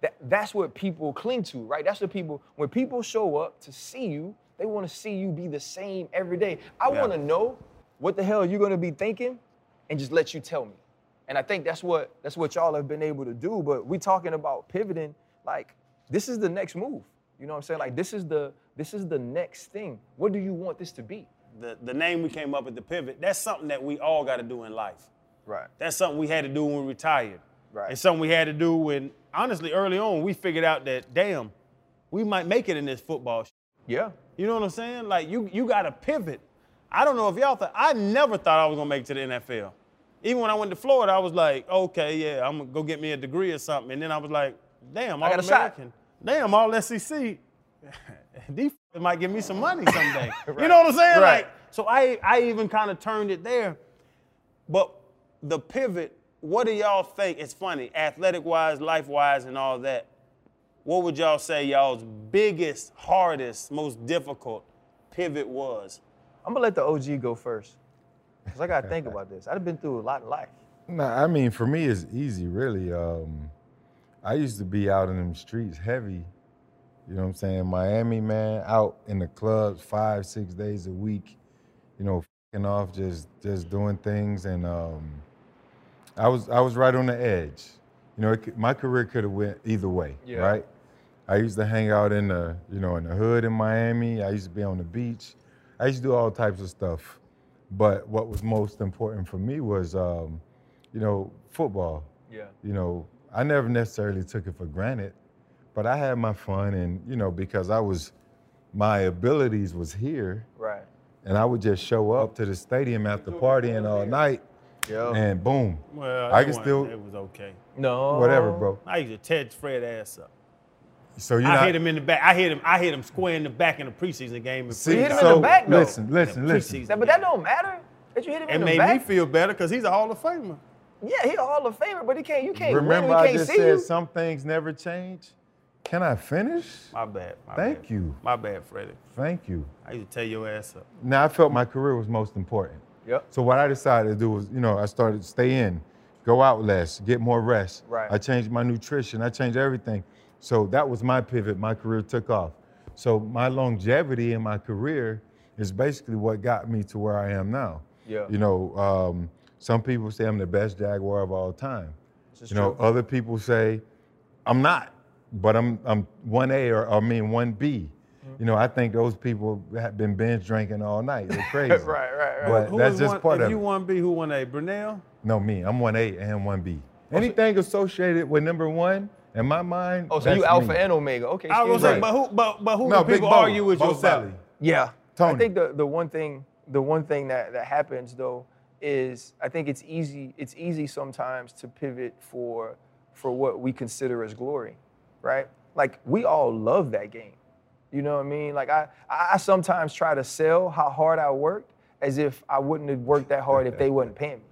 Speaker 3: That, that's what people cling to, right? That's what people, when people show up to see you, they want to see you be the same every day. I
Speaker 6: Yeah.
Speaker 3: want to know what the hell you're going to be thinking and just let you tell me. And I think that's what that's what y'all have been able to do, but we talking about pivoting like this is the next move. You know what I'm saying? Like this is the this is the next thing. What do you want this to be?
Speaker 6: The, the name we came up with, the pivot, that's something that we all got to do in life.
Speaker 3: Right.
Speaker 6: That's something we had to do when we retired.
Speaker 3: Right.
Speaker 6: It's something we had to do when, honestly, early on, we figured out that, damn, we might make it in this football. Sh-.
Speaker 3: Yeah.
Speaker 6: You know what I'm saying? Like, you, you got to pivot. I don't know if y'all thought, I never thought I was going to make it to the NFL. Even when I went to Florida, I was like, okay, yeah, I'm going to go get me a degree or something. And then I was like, damn, all
Speaker 3: got a shot.
Speaker 6: American. Damn, all E SEC. These f- might give me some money [laughs] someday. You know what I'm saying?
Speaker 3: Right.
Speaker 6: Like, so I, I even kind of turned it there. But the pivot, what do y'all think? It's funny, athletic wise, life wise, and all that. What would y'all say y'all's biggest, hardest, most difficult pivot was?
Speaker 3: I'm going to let the OG go first. Cuz I got to think about this. I've been through a lot in life.
Speaker 5: No, I mean for me it's easy, really. Um, I used to be out in them streets heavy. You know what I'm saying? Miami, man, out in the clubs five, six days a week. You know, fing off, just just doing things, and um, I was I was right on the edge. You know, it, could- my career could have went either way,
Speaker 3: Yeah.
Speaker 5: right? I used to hang out in the you know in the hood in Miami. I used to be on the beach. I used to do all types of stuff. But what was most important for me was, um, you know, football
Speaker 3: Yeah.
Speaker 5: you know, I never necessarily took it for granted, but I had my fun and, you know, because I was my abilities was here,
Speaker 3: Right.
Speaker 5: and I would just show up to the stadium after partying all night,
Speaker 3: Yeah.
Speaker 5: and boom,
Speaker 6: Well,
Speaker 5: I
Speaker 6: it
Speaker 5: can
Speaker 6: wasn't-
Speaker 5: still-
Speaker 6: It was okay.
Speaker 3: no.
Speaker 5: whatever, bro.
Speaker 6: I used to tear Fred ass up.
Speaker 5: So you're
Speaker 6: I
Speaker 5: not.
Speaker 6: hit him in the back. I hit him. I hit him square in the back in the preseason game. in
Speaker 5: See,
Speaker 3: You hit him in
Speaker 5: so
Speaker 3: the back, though.
Speaker 5: listen, listen,
Speaker 6: Yeah,
Speaker 5: listen.
Speaker 6: preseason.
Speaker 3: That- but that don't matter. That you hit him
Speaker 6: It
Speaker 3: in the
Speaker 6: made
Speaker 3: back.
Speaker 6: me feel better because he's a Hall of Famer.
Speaker 3: yeah, he a Hall of Famer, but he can't. You can't.
Speaker 5: Remember,
Speaker 3: win,
Speaker 5: I
Speaker 3: he can't
Speaker 5: just
Speaker 3: see you.
Speaker 5: said some things never change. Can I finish?
Speaker 6: My bad. my
Speaker 5: Thank
Speaker 6: bad.
Speaker 5: you.
Speaker 6: My bad, Freddie.
Speaker 5: Thank you.
Speaker 6: I used to tear your ass up.
Speaker 5: Now I felt my career was most important.
Speaker 3: Yep.
Speaker 5: So what I decided to do was, you know, I started to stay in, go out less, get more rest.
Speaker 3: Right.
Speaker 5: I changed my nutrition. I changed everything. So that was my pivot. My career took off. So my longevity in my career is basically what got me to where I am now.
Speaker 3: Yeah.
Speaker 5: You know, um, some people say I'm the best Jaguar of all time.
Speaker 3: This is
Speaker 5: You know,
Speaker 3: true.
Speaker 5: other people say I'm not, but I'm I'm one A or I mean one B. You know, I think those people have been binge drinking all night. They're crazy.
Speaker 3: Right, right, right.
Speaker 5: But that's
Speaker 6: is
Speaker 5: just
Speaker 6: one,
Speaker 5: part
Speaker 6: if
Speaker 5: of
Speaker 6: you
Speaker 5: it.
Speaker 6: want to be who won a Brunel?
Speaker 5: No, me. I'm one A and one B. Anything associated with number one in my mind.
Speaker 3: Oh, so you
Speaker 5: that's
Speaker 3: Alpha
Speaker 5: me.
Speaker 3: and Omega. Okay.
Speaker 6: I
Speaker 3: excuse
Speaker 6: was gonna say,
Speaker 5: Right.
Speaker 3: me.
Speaker 6: but who? But but who
Speaker 5: No,
Speaker 6: do
Speaker 5: Big
Speaker 6: people
Speaker 5: Bo,
Speaker 6: argue with
Speaker 5: Bo
Speaker 6: you about?
Speaker 5: Sally.
Speaker 3: Yeah.
Speaker 5: Tony.
Speaker 3: I think the, the one thing the one thing that, that happens though is I think it's easy it's easy sometimes to pivot for for what we consider as glory, right? Like we all love that game. You know what I mean? Like I I I sometimes try to sell how hard I worked as if I wouldn't have worked that hard if they wasn't paying me.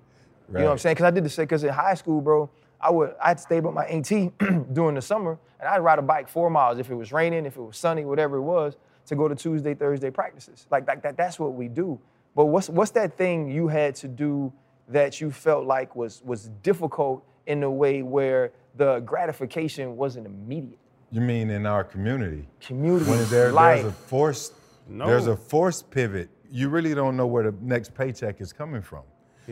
Speaker 3: You know what I'm
Speaker 5: Right.
Speaker 3: saying? Because I did the same. Because in high school, bro, I would I'd stay with my auntie [clears throat] during the summer, and I'd ride a bike four miles if it was raining, if it was sunny, whatever it was, to go to Tuesday, Thursday practices. Like like that. That's what we do. But what's what's that thing you had to do that you felt like was was difficult in a way where the gratification wasn't immediate?
Speaker 5: You mean in our community?
Speaker 3: Community
Speaker 5: When there,
Speaker 3: life.
Speaker 5: there's a forced,
Speaker 6: No.
Speaker 5: there's a forced pivot. You really don't know where the next paycheck is coming from.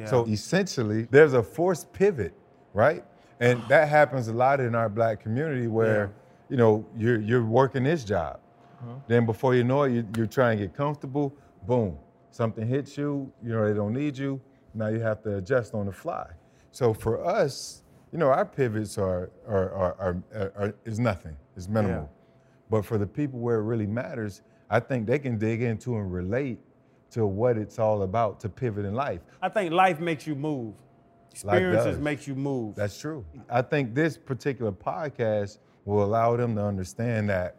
Speaker 5: So essentially, there's a forced pivot, right? And that happens a lot in our black community where, you know, you're you're working this job, then before you know it, you, you're trying to get comfortable. Boom, something hits you. You know they don't need you. Now you have to adjust on the fly. So for us, you know, our pivots are are are, are, are, are is nothing. It's minimal. But for the people where it really matters, I think they can dig into and relate to what it's all about to pivot in life.
Speaker 6: I think life makes you move.
Speaker 5: does.
Speaker 6: Experiences make you move.
Speaker 5: That's true. I think this particular podcast will allow them to understand that,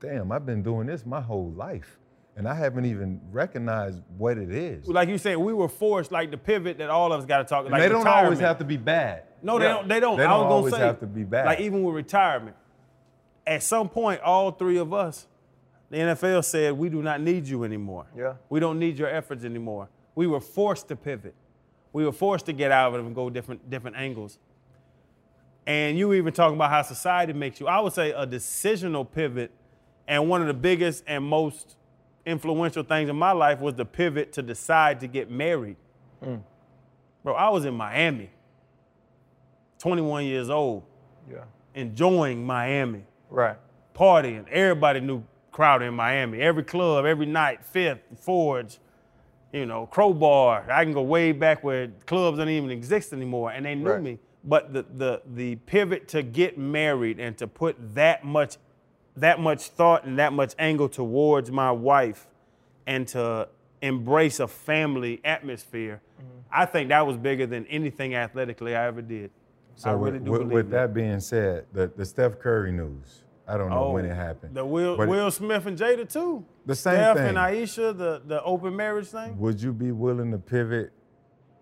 Speaker 5: damn, I've been doing this my whole life, and I haven't even recognized what it is.
Speaker 6: like you said, we were forced like the pivot that all of us got to talk.
Speaker 5: And
Speaker 6: Like
Speaker 5: they don't always
Speaker 6: retirement.
Speaker 5: have to be bad.
Speaker 6: No, they
Speaker 3: Yeah.
Speaker 6: don't. They don't.
Speaker 5: They
Speaker 6: I
Speaker 5: don't
Speaker 6: was gonna
Speaker 5: always
Speaker 6: say,
Speaker 5: have to be bad.
Speaker 6: Like even with retirement, at some point, all three of us, the NFL said, we do not need you anymore.
Speaker 3: Yeah.
Speaker 6: We don't need your efforts anymore. We were forced to pivot. We were forced to get out of it and go different different angles. And you were even talking about how society makes you. I would say a decisional pivot, and one of the biggest and most influential things in my life was the pivot to decide to get married. Bro, I was in Miami, 21 years old,
Speaker 3: yeah.
Speaker 6: enjoying Miami,
Speaker 3: Right.
Speaker 6: partying. Everybody knew Crowder in Miami. Every club, every night, Fifth, Forge, you know, Crowbar. I can go way back where clubs don't even exist anymore, and they knew
Speaker 3: Right.
Speaker 6: me. But the the the pivot to get married and to put that much that much thought and that much angle towards my wife and to embrace a family atmosphere,
Speaker 5: Mm-hmm.
Speaker 6: I think that was bigger than anything athletically I ever did. I really
Speaker 5: with,
Speaker 6: do
Speaker 5: with,
Speaker 6: believe
Speaker 5: with
Speaker 6: it.
Speaker 5: that being said, the, the Steph Curry news. I don't know when it happened.
Speaker 6: Oh, The Will,
Speaker 5: but it-
Speaker 6: Will Smith and Jada too.
Speaker 5: The same
Speaker 6: Steph
Speaker 5: thing.
Speaker 6: and Aisha, the, the open marriage thing.
Speaker 5: would you be willing to pivot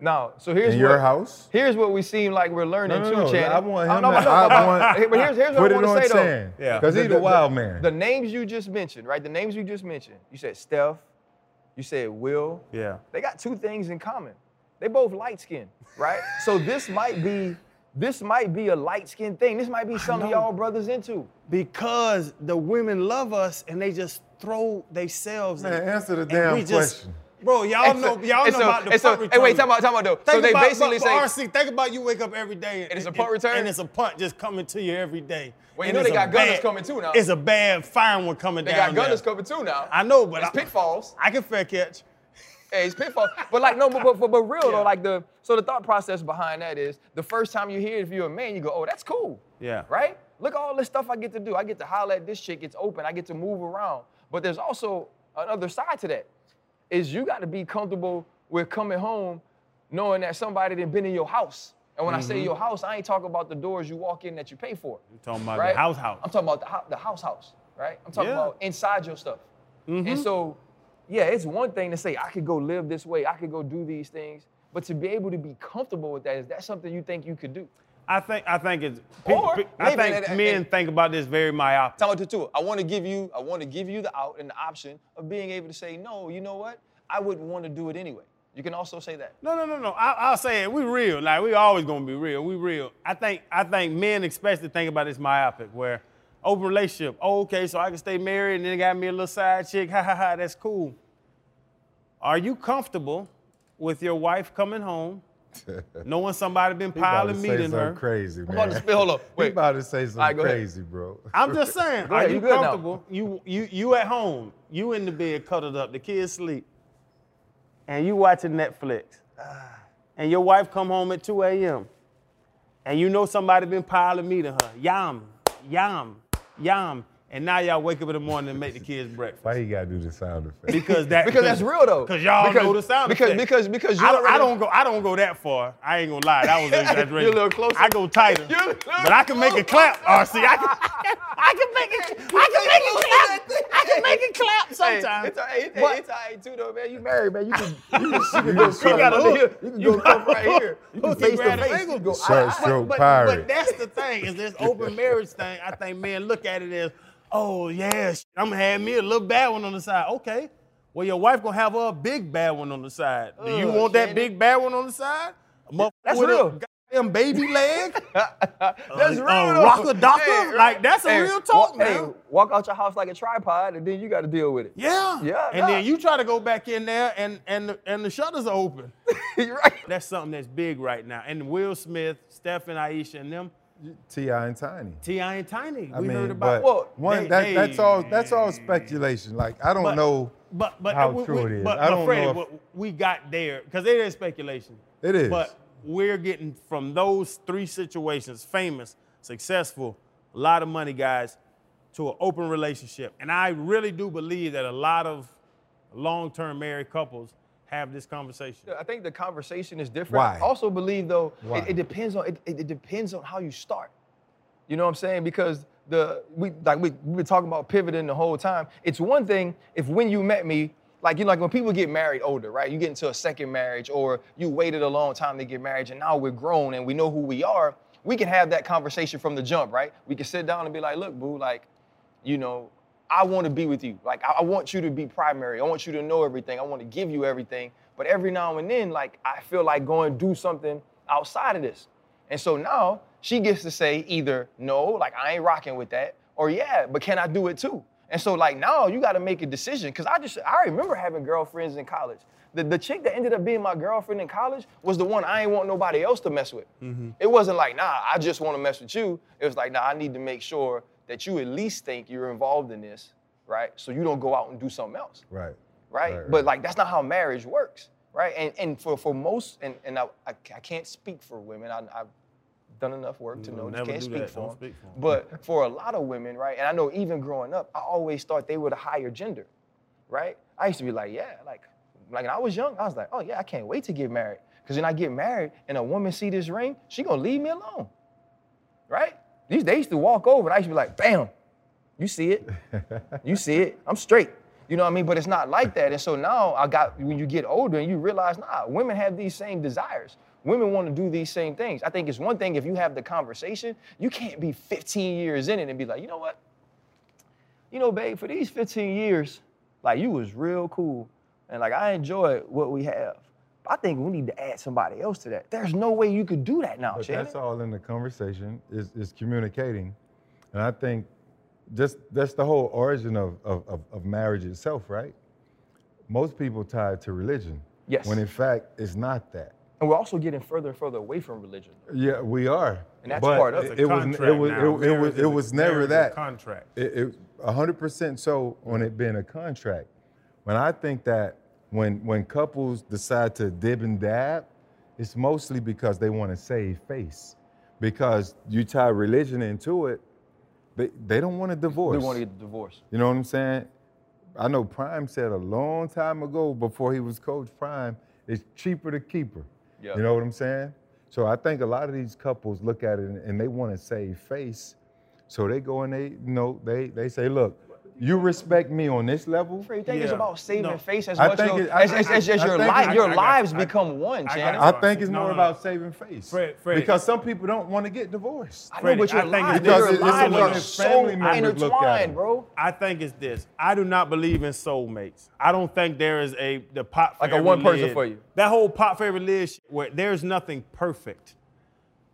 Speaker 3: Now, so here's
Speaker 5: in your
Speaker 3: what-
Speaker 5: house?
Speaker 3: Here's what we seem like we're learning
Speaker 5: No, no,
Speaker 3: too,
Speaker 5: no.
Speaker 3: Channing.
Speaker 5: I want
Speaker 3: Oh,
Speaker 5: him
Speaker 3: no,
Speaker 5: to-
Speaker 3: no,
Speaker 5: I
Speaker 3: but-
Speaker 5: want-
Speaker 3: Hey, but here's, here's what
Speaker 5: Put
Speaker 3: I
Speaker 5: it
Speaker 3: want
Speaker 5: on
Speaker 3: to say
Speaker 5: Chan.
Speaker 3: though.
Speaker 6: Yeah.
Speaker 5: Because
Speaker 3: The-
Speaker 5: he's
Speaker 3: the-
Speaker 5: a wild
Speaker 3: the-
Speaker 5: man.
Speaker 3: The names you just mentioned, right? The names you just mentioned. You said Steph. You said Will.
Speaker 6: Yeah.
Speaker 3: They got two things in common. They both light skinned, right? so this might be this might be a light skinned thing. This might be something y'all brothers into.
Speaker 6: Because the women love us and they just throw themselves.
Speaker 5: Man,
Speaker 6: in.
Speaker 5: answer the
Speaker 6: And
Speaker 5: damn
Speaker 6: we just-
Speaker 5: question.
Speaker 6: Bro, y'all
Speaker 3: And
Speaker 6: know
Speaker 3: so-
Speaker 6: y'all
Speaker 3: and
Speaker 6: know
Speaker 3: so-
Speaker 6: about the
Speaker 3: and so-
Speaker 6: punt return.
Speaker 3: hey, wait, talk about, talk about though. so
Speaker 6: Think
Speaker 3: they
Speaker 6: about-
Speaker 3: basically
Speaker 6: but-
Speaker 3: say,
Speaker 6: but RC, think about you wake up every day and,
Speaker 3: it's a punt return?
Speaker 6: and it's a punt just coming to you every day.
Speaker 3: Well, you
Speaker 6: And
Speaker 3: know
Speaker 6: it's
Speaker 3: they
Speaker 6: a
Speaker 3: got gunners
Speaker 6: bad-
Speaker 3: coming too now.
Speaker 6: It's a bad fine one coming
Speaker 3: they
Speaker 6: down.
Speaker 3: got gunners
Speaker 6: there.
Speaker 3: coming too now.
Speaker 6: I know, but
Speaker 3: it's
Speaker 6: I,
Speaker 3: pitfalls.
Speaker 6: I can fair catch.
Speaker 3: Hey, it's pitfall. But like no, but but, but, but real
Speaker 6: Yeah.
Speaker 3: though, like the so the thought process behind that is the first time you hear it, if you're a man, you go, oh, that's cool.
Speaker 6: Yeah.
Speaker 3: Right? Look at all this stuff I get to do. I get to holler at this chick, it's open, I get to move around. But there's also another side to that. Is you got to be comfortable with coming home knowing that somebody done been in your house. And when I
Speaker 6: Mm-hmm.
Speaker 3: say your house, I ain't talking about the doors you walk in that you pay for. You
Speaker 6: talking about the house house.
Speaker 3: I'm talking about the, hou- the house house, right? I'm talking
Speaker 6: Yeah. Mm-hmm.
Speaker 3: about inside your stuff. And so, yeah, it's one thing to say I could go live this way, I could go do these things, but to be able to be comfortable with that is that something you think you could do?
Speaker 6: I think I think it's
Speaker 3: Or
Speaker 6: pe- pe- I
Speaker 3: maybe
Speaker 6: think
Speaker 3: that-
Speaker 6: men think about this very myopic.
Speaker 3: Talking about the two. I want to give you, I want to give you the out and the option of being able to say, no, you know what? I wouldn't want to do it anyway. You can also say that.
Speaker 6: No, no, no, no. I, I'll say it. We real. Like we always gonna be real. We real. I think I think men especially think about this myopic where open relationship. Oh, okay, so I can stay married and then got me a little side chick. Ha ha ha. That's cool. Are you comfortable with your wife coming
Speaker 5: [laughs]
Speaker 6: home, knowing somebody been
Speaker 5: He about to say
Speaker 6: piling meat in
Speaker 5: something
Speaker 6: her?
Speaker 5: crazy, man.
Speaker 3: about to spit- hold up,
Speaker 5: He
Speaker 3: wait.
Speaker 5: about to say something
Speaker 3: right, go ahead.
Speaker 5: crazy, bro.
Speaker 6: I'm just saying,
Speaker 3: ahead,
Speaker 6: are you
Speaker 3: you good now.
Speaker 6: comfortable? You you you at home, you in the bed cuddled up, the kids sleep, and you watching Netflix, and your wife come home at 2 a.m. and you know somebody been piling meat in her, yum, yum, yum, and now y'all wake up in the morning and make the kids breakfast
Speaker 5: Why you gotta do the sound effect? [laughs]
Speaker 3: [laughs]
Speaker 6: because that
Speaker 3: Because that's real though.
Speaker 6: Because y'all
Speaker 3: Because-
Speaker 6: know the sound
Speaker 3: because-
Speaker 6: effect.
Speaker 3: because- because you
Speaker 6: I don't, I
Speaker 3: already-
Speaker 6: don't go I don't go that far. I ain't gonna lie, that was an
Speaker 3: [laughs]
Speaker 6: exaggeration.
Speaker 3: You're a little closer.
Speaker 6: I go tighter,
Speaker 3: You're a little
Speaker 6: but I can make it clap. RC,
Speaker 3: [laughs]
Speaker 6: I can I can make it I can make it clap. I can make it clap
Speaker 3: Hey,
Speaker 6: sometimes.
Speaker 3: it's all right it's-
Speaker 6: But-
Speaker 3: it's all right too though, man. You married, man. You can you can,
Speaker 6: [laughs]
Speaker 3: you can go come
Speaker 6: got a
Speaker 3: under
Speaker 6: hook.
Speaker 3: here. You can go come right here. You can
Speaker 6: Hook
Speaker 3: face
Speaker 6: around
Speaker 3: to face.
Speaker 6: the
Speaker 3: You
Speaker 6: angle.
Speaker 3: can go eye to
Speaker 5: Short
Speaker 3: eye.
Speaker 5: stroke
Speaker 6: but,
Speaker 5: pirate.
Speaker 6: but that's the thing is this open marriage thing. I think men look at it as, oh yeah, sh- I'm gonna have me a little bad one on the side. Okay, well your wife gonna have her a big bad one on the side. Do you
Speaker 3: Ugh,
Speaker 6: want that
Speaker 3: Shannon.
Speaker 6: big bad one on the side? A motherfucker
Speaker 3: That's
Speaker 6: with
Speaker 3: real.
Speaker 6: A goddamn baby leg.
Speaker 3: [laughs] That's
Speaker 6: Uh,
Speaker 3: real.
Speaker 6: uh,
Speaker 3: though.
Speaker 6: rocker docker? Like, that's a real talk,
Speaker 3: wa-
Speaker 6: man.
Speaker 3: walk out your house like a tripod, and then you got to deal with it. [laughs]
Speaker 6: yeah.
Speaker 3: Yeah,
Speaker 6: And
Speaker 3: nah.
Speaker 6: then you try to go back in there, and and the, and the shutters are open.
Speaker 3: You're right.
Speaker 6: that's something that's big right now. And Will Smith, Steph, and Aisha, and them.
Speaker 5: Ti and Tiny.
Speaker 6: Ti and Tiny,
Speaker 5: I
Speaker 6: we
Speaker 5: mean,
Speaker 6: heard about.
Speaker 5: but
Speaker 3: Well,
Speaker 5: one
Speaker 6: they-
Speaker 5: that,
Speaker 6: they-
Speaker 5: that's all that's all speculation. Like I don't
Speaker 6: But-
Speaker 5: know.
Speaker 6: But but
Speaker 5: how
Speaker 6: we,
Speaker 5: true
Speaker 6: we-
Speaker 5: it is.
Speaker 6: But,
Speaker 5: I
Speaker 6: but
Speaker 5: don't know
Speaker 6: Freddie,
Speaker 5: if-
Speaker 6: what we got there because it is speculation.
Speaker 5: It is.
Speaker 6: But we're getting from those three situations: famous, successful, a lot of money, guys, to an open relationship. And I really do believe that a lot of long-term married couples have this conversation.
Speaker 3: I think the conversation is different.
Speaker 5: Why?
Speaker 3: I also believe though,
Speaker 5: Why?
Speaker 3: it, it depends on it, it, it depends on how you start. You know what I'm saying? Because the we like we we've been talking about pivoting the whole time. It's one thing if when you met me, like you know, like when people get married older, right? You get into a second marriage or you waited a long time to get married and now we're grown and we know who we are, we can have that conversation from the jump, right? We can sit down and be like, look, boo, like, you know, I want to be with you. Like, I, I want you to be primary. I want you to know everything. I want to give you everything. But every now and then, like, I feel like going do something outside of this. And so now she gets to say either no, like, I ain't rocking with that, or yeah, but can I do it too? And so, like, now you got to make a decision. Cause I just, I remember having girlfriends in college. The, the chick that ended up being my girlfriend in college was the one I ain't want nobody else to mess with. It wasn't like, nah, I just want to mess with you. It was like, nah, I need to make sure that you at least think you're involved in this, right? So you don't go out and do something else, right?
Speaker 5: Right.
Speaker 3: But like that's not how marriage works, right? And and for for most, and and I I, I can't speak for women. I, I've done enough work to
Speaker 6: No,
Speaker 3: know you
Speaker 6: never
Speaker 3: can't
Speaker 6: do
Speaker 3: speak,
Speaker 6: that.
Speaker 3: for
Speaker 6: Don't
Speaker 3: 'em.
Speaker 6: speak for 'em.
Speaker 3: But for a lot of women, right? And I know even growing up, I always thought they were the higher gender, right? I used to be like, yeah, like like when I was young, I was like, oh yeah, I can't wait to get married. Cause when I get married and a woman see this ring, she gonna leave me alone right? These they used to walk over and I used to be like, bam, you see it, you see it, I'm straight. You know what I mean? But it's not like that. And so now I got when you get older and you realize, nah, women have these same desires. Women want to do these same things. I think it's one thing if you have the conversation, you can't be 15 years in it and be like, you know what? You know, babe, for these 15 years, like you was real cool. And like I enjoyed what we have. I think we need to add somebody else to that. There's no way you could do that now,
Speaker 5: But
Speaker 3: Shannon.
Speaker 5: that's all in the conversation is, is communicating. And I think just that's the whole origin of, of, of, of marriage itself, right? Most people tie it to religion.
Speaker 3: Yes.
Speaker 5: When in fact, it's not that.
Speaker 3: And we're also getting further and further away from religion.
Speaker 5: Yeah, we are.
Speaker 3: And that's
Speaker 5: But
Speaker 3: part of
Speaker 5: it.
Speaker 3: it.
Speaker 6: It's a
Speaker 5: It was, it
Speaker 6: contract
Speaker 5: was,
Speaker 6: now.
Speaker 5: it, it
Speaker 6: Marriage
Speaker 5: was,
Speaker 6: is
Speaker 5: it
Speaker 6: a-
Speaker 5: was
Speaker 6: marriage
Speaker 5: never
Speaker 6: is a
Speaker 5: that.
Speaker 6: contract.
Speaker 5: It, it, 100% so on it being a contract. When I think that when, when couples decide to dib and dab, it's mostly because they want to save face. Because you tie religion into it, they, they don't want a divorce.
Speaker 3: We want to get the divorce.
Speaker 5: You know what I'm saying? I know Prime said a long time ago before he was coach Prime, it's cheaper to keep her.
Speaker 3: Yeah.
Speaker 5: You know what I'm saying? So I think a lot of these couples look at it and and they want to save face. So they go and they, you know, they they say, look, you respect me on this level.
Speaker 3: You think it's
Speaker 6: Yeah.
Speaker 3: about saving
Speaker 6: No.
Speaker 3: face as
Speaker 5: I
Speaker 3: much
Speaker 5: think
Speaker 3: though,
Speaker 5: it- I-
Speaker 3: as, as, as, as
Speaker 5: I
Speaker 3: your,
Speaker 5: think
Speaker 3: li-
Speaker 5: it-
Speaker 3: your
Speaker 6: I- I-
Speaker 3: lives
Speaker 6: I-
Speaker 3: become one,
Speaker 6: I-
Speaker 3: Shannon.
Speaker 5: I think it's
Speaker 6: No,
Speaker 5: more
Speaker 6: no, no.
Speaker 5: about saving face.
Speaker 6: Fred- Fred.
Speaker 5: Because some people don't want to get divorced.
Speaker 3: I know, but
Speaker 6: Freddie,
Speaker 3: your
Speaker 6: I think
Speaker 3: lives,
Speaker 6: it's
Speaker 3: your
Speaker 5: because it's
Speaker 3: lives
Speaker 5: what
Speaker 3: are
Speaker 5: his
Speaker 3: so
Speaker 5: family members look at
Speaker 3: intertwined,
Speaker 5: it.
Speaker 3: bro.
Speaker 6: I think it's this. I do not believe in soulmates. I don't think there is a the pot for
Speaker 3: Like a
Speaker 6: every
Speaker 3: one person
Speaker 6: lid.
Speaker 3: for you.
Speaker 6: That whole pot for every lid shit where there's nothing perfect.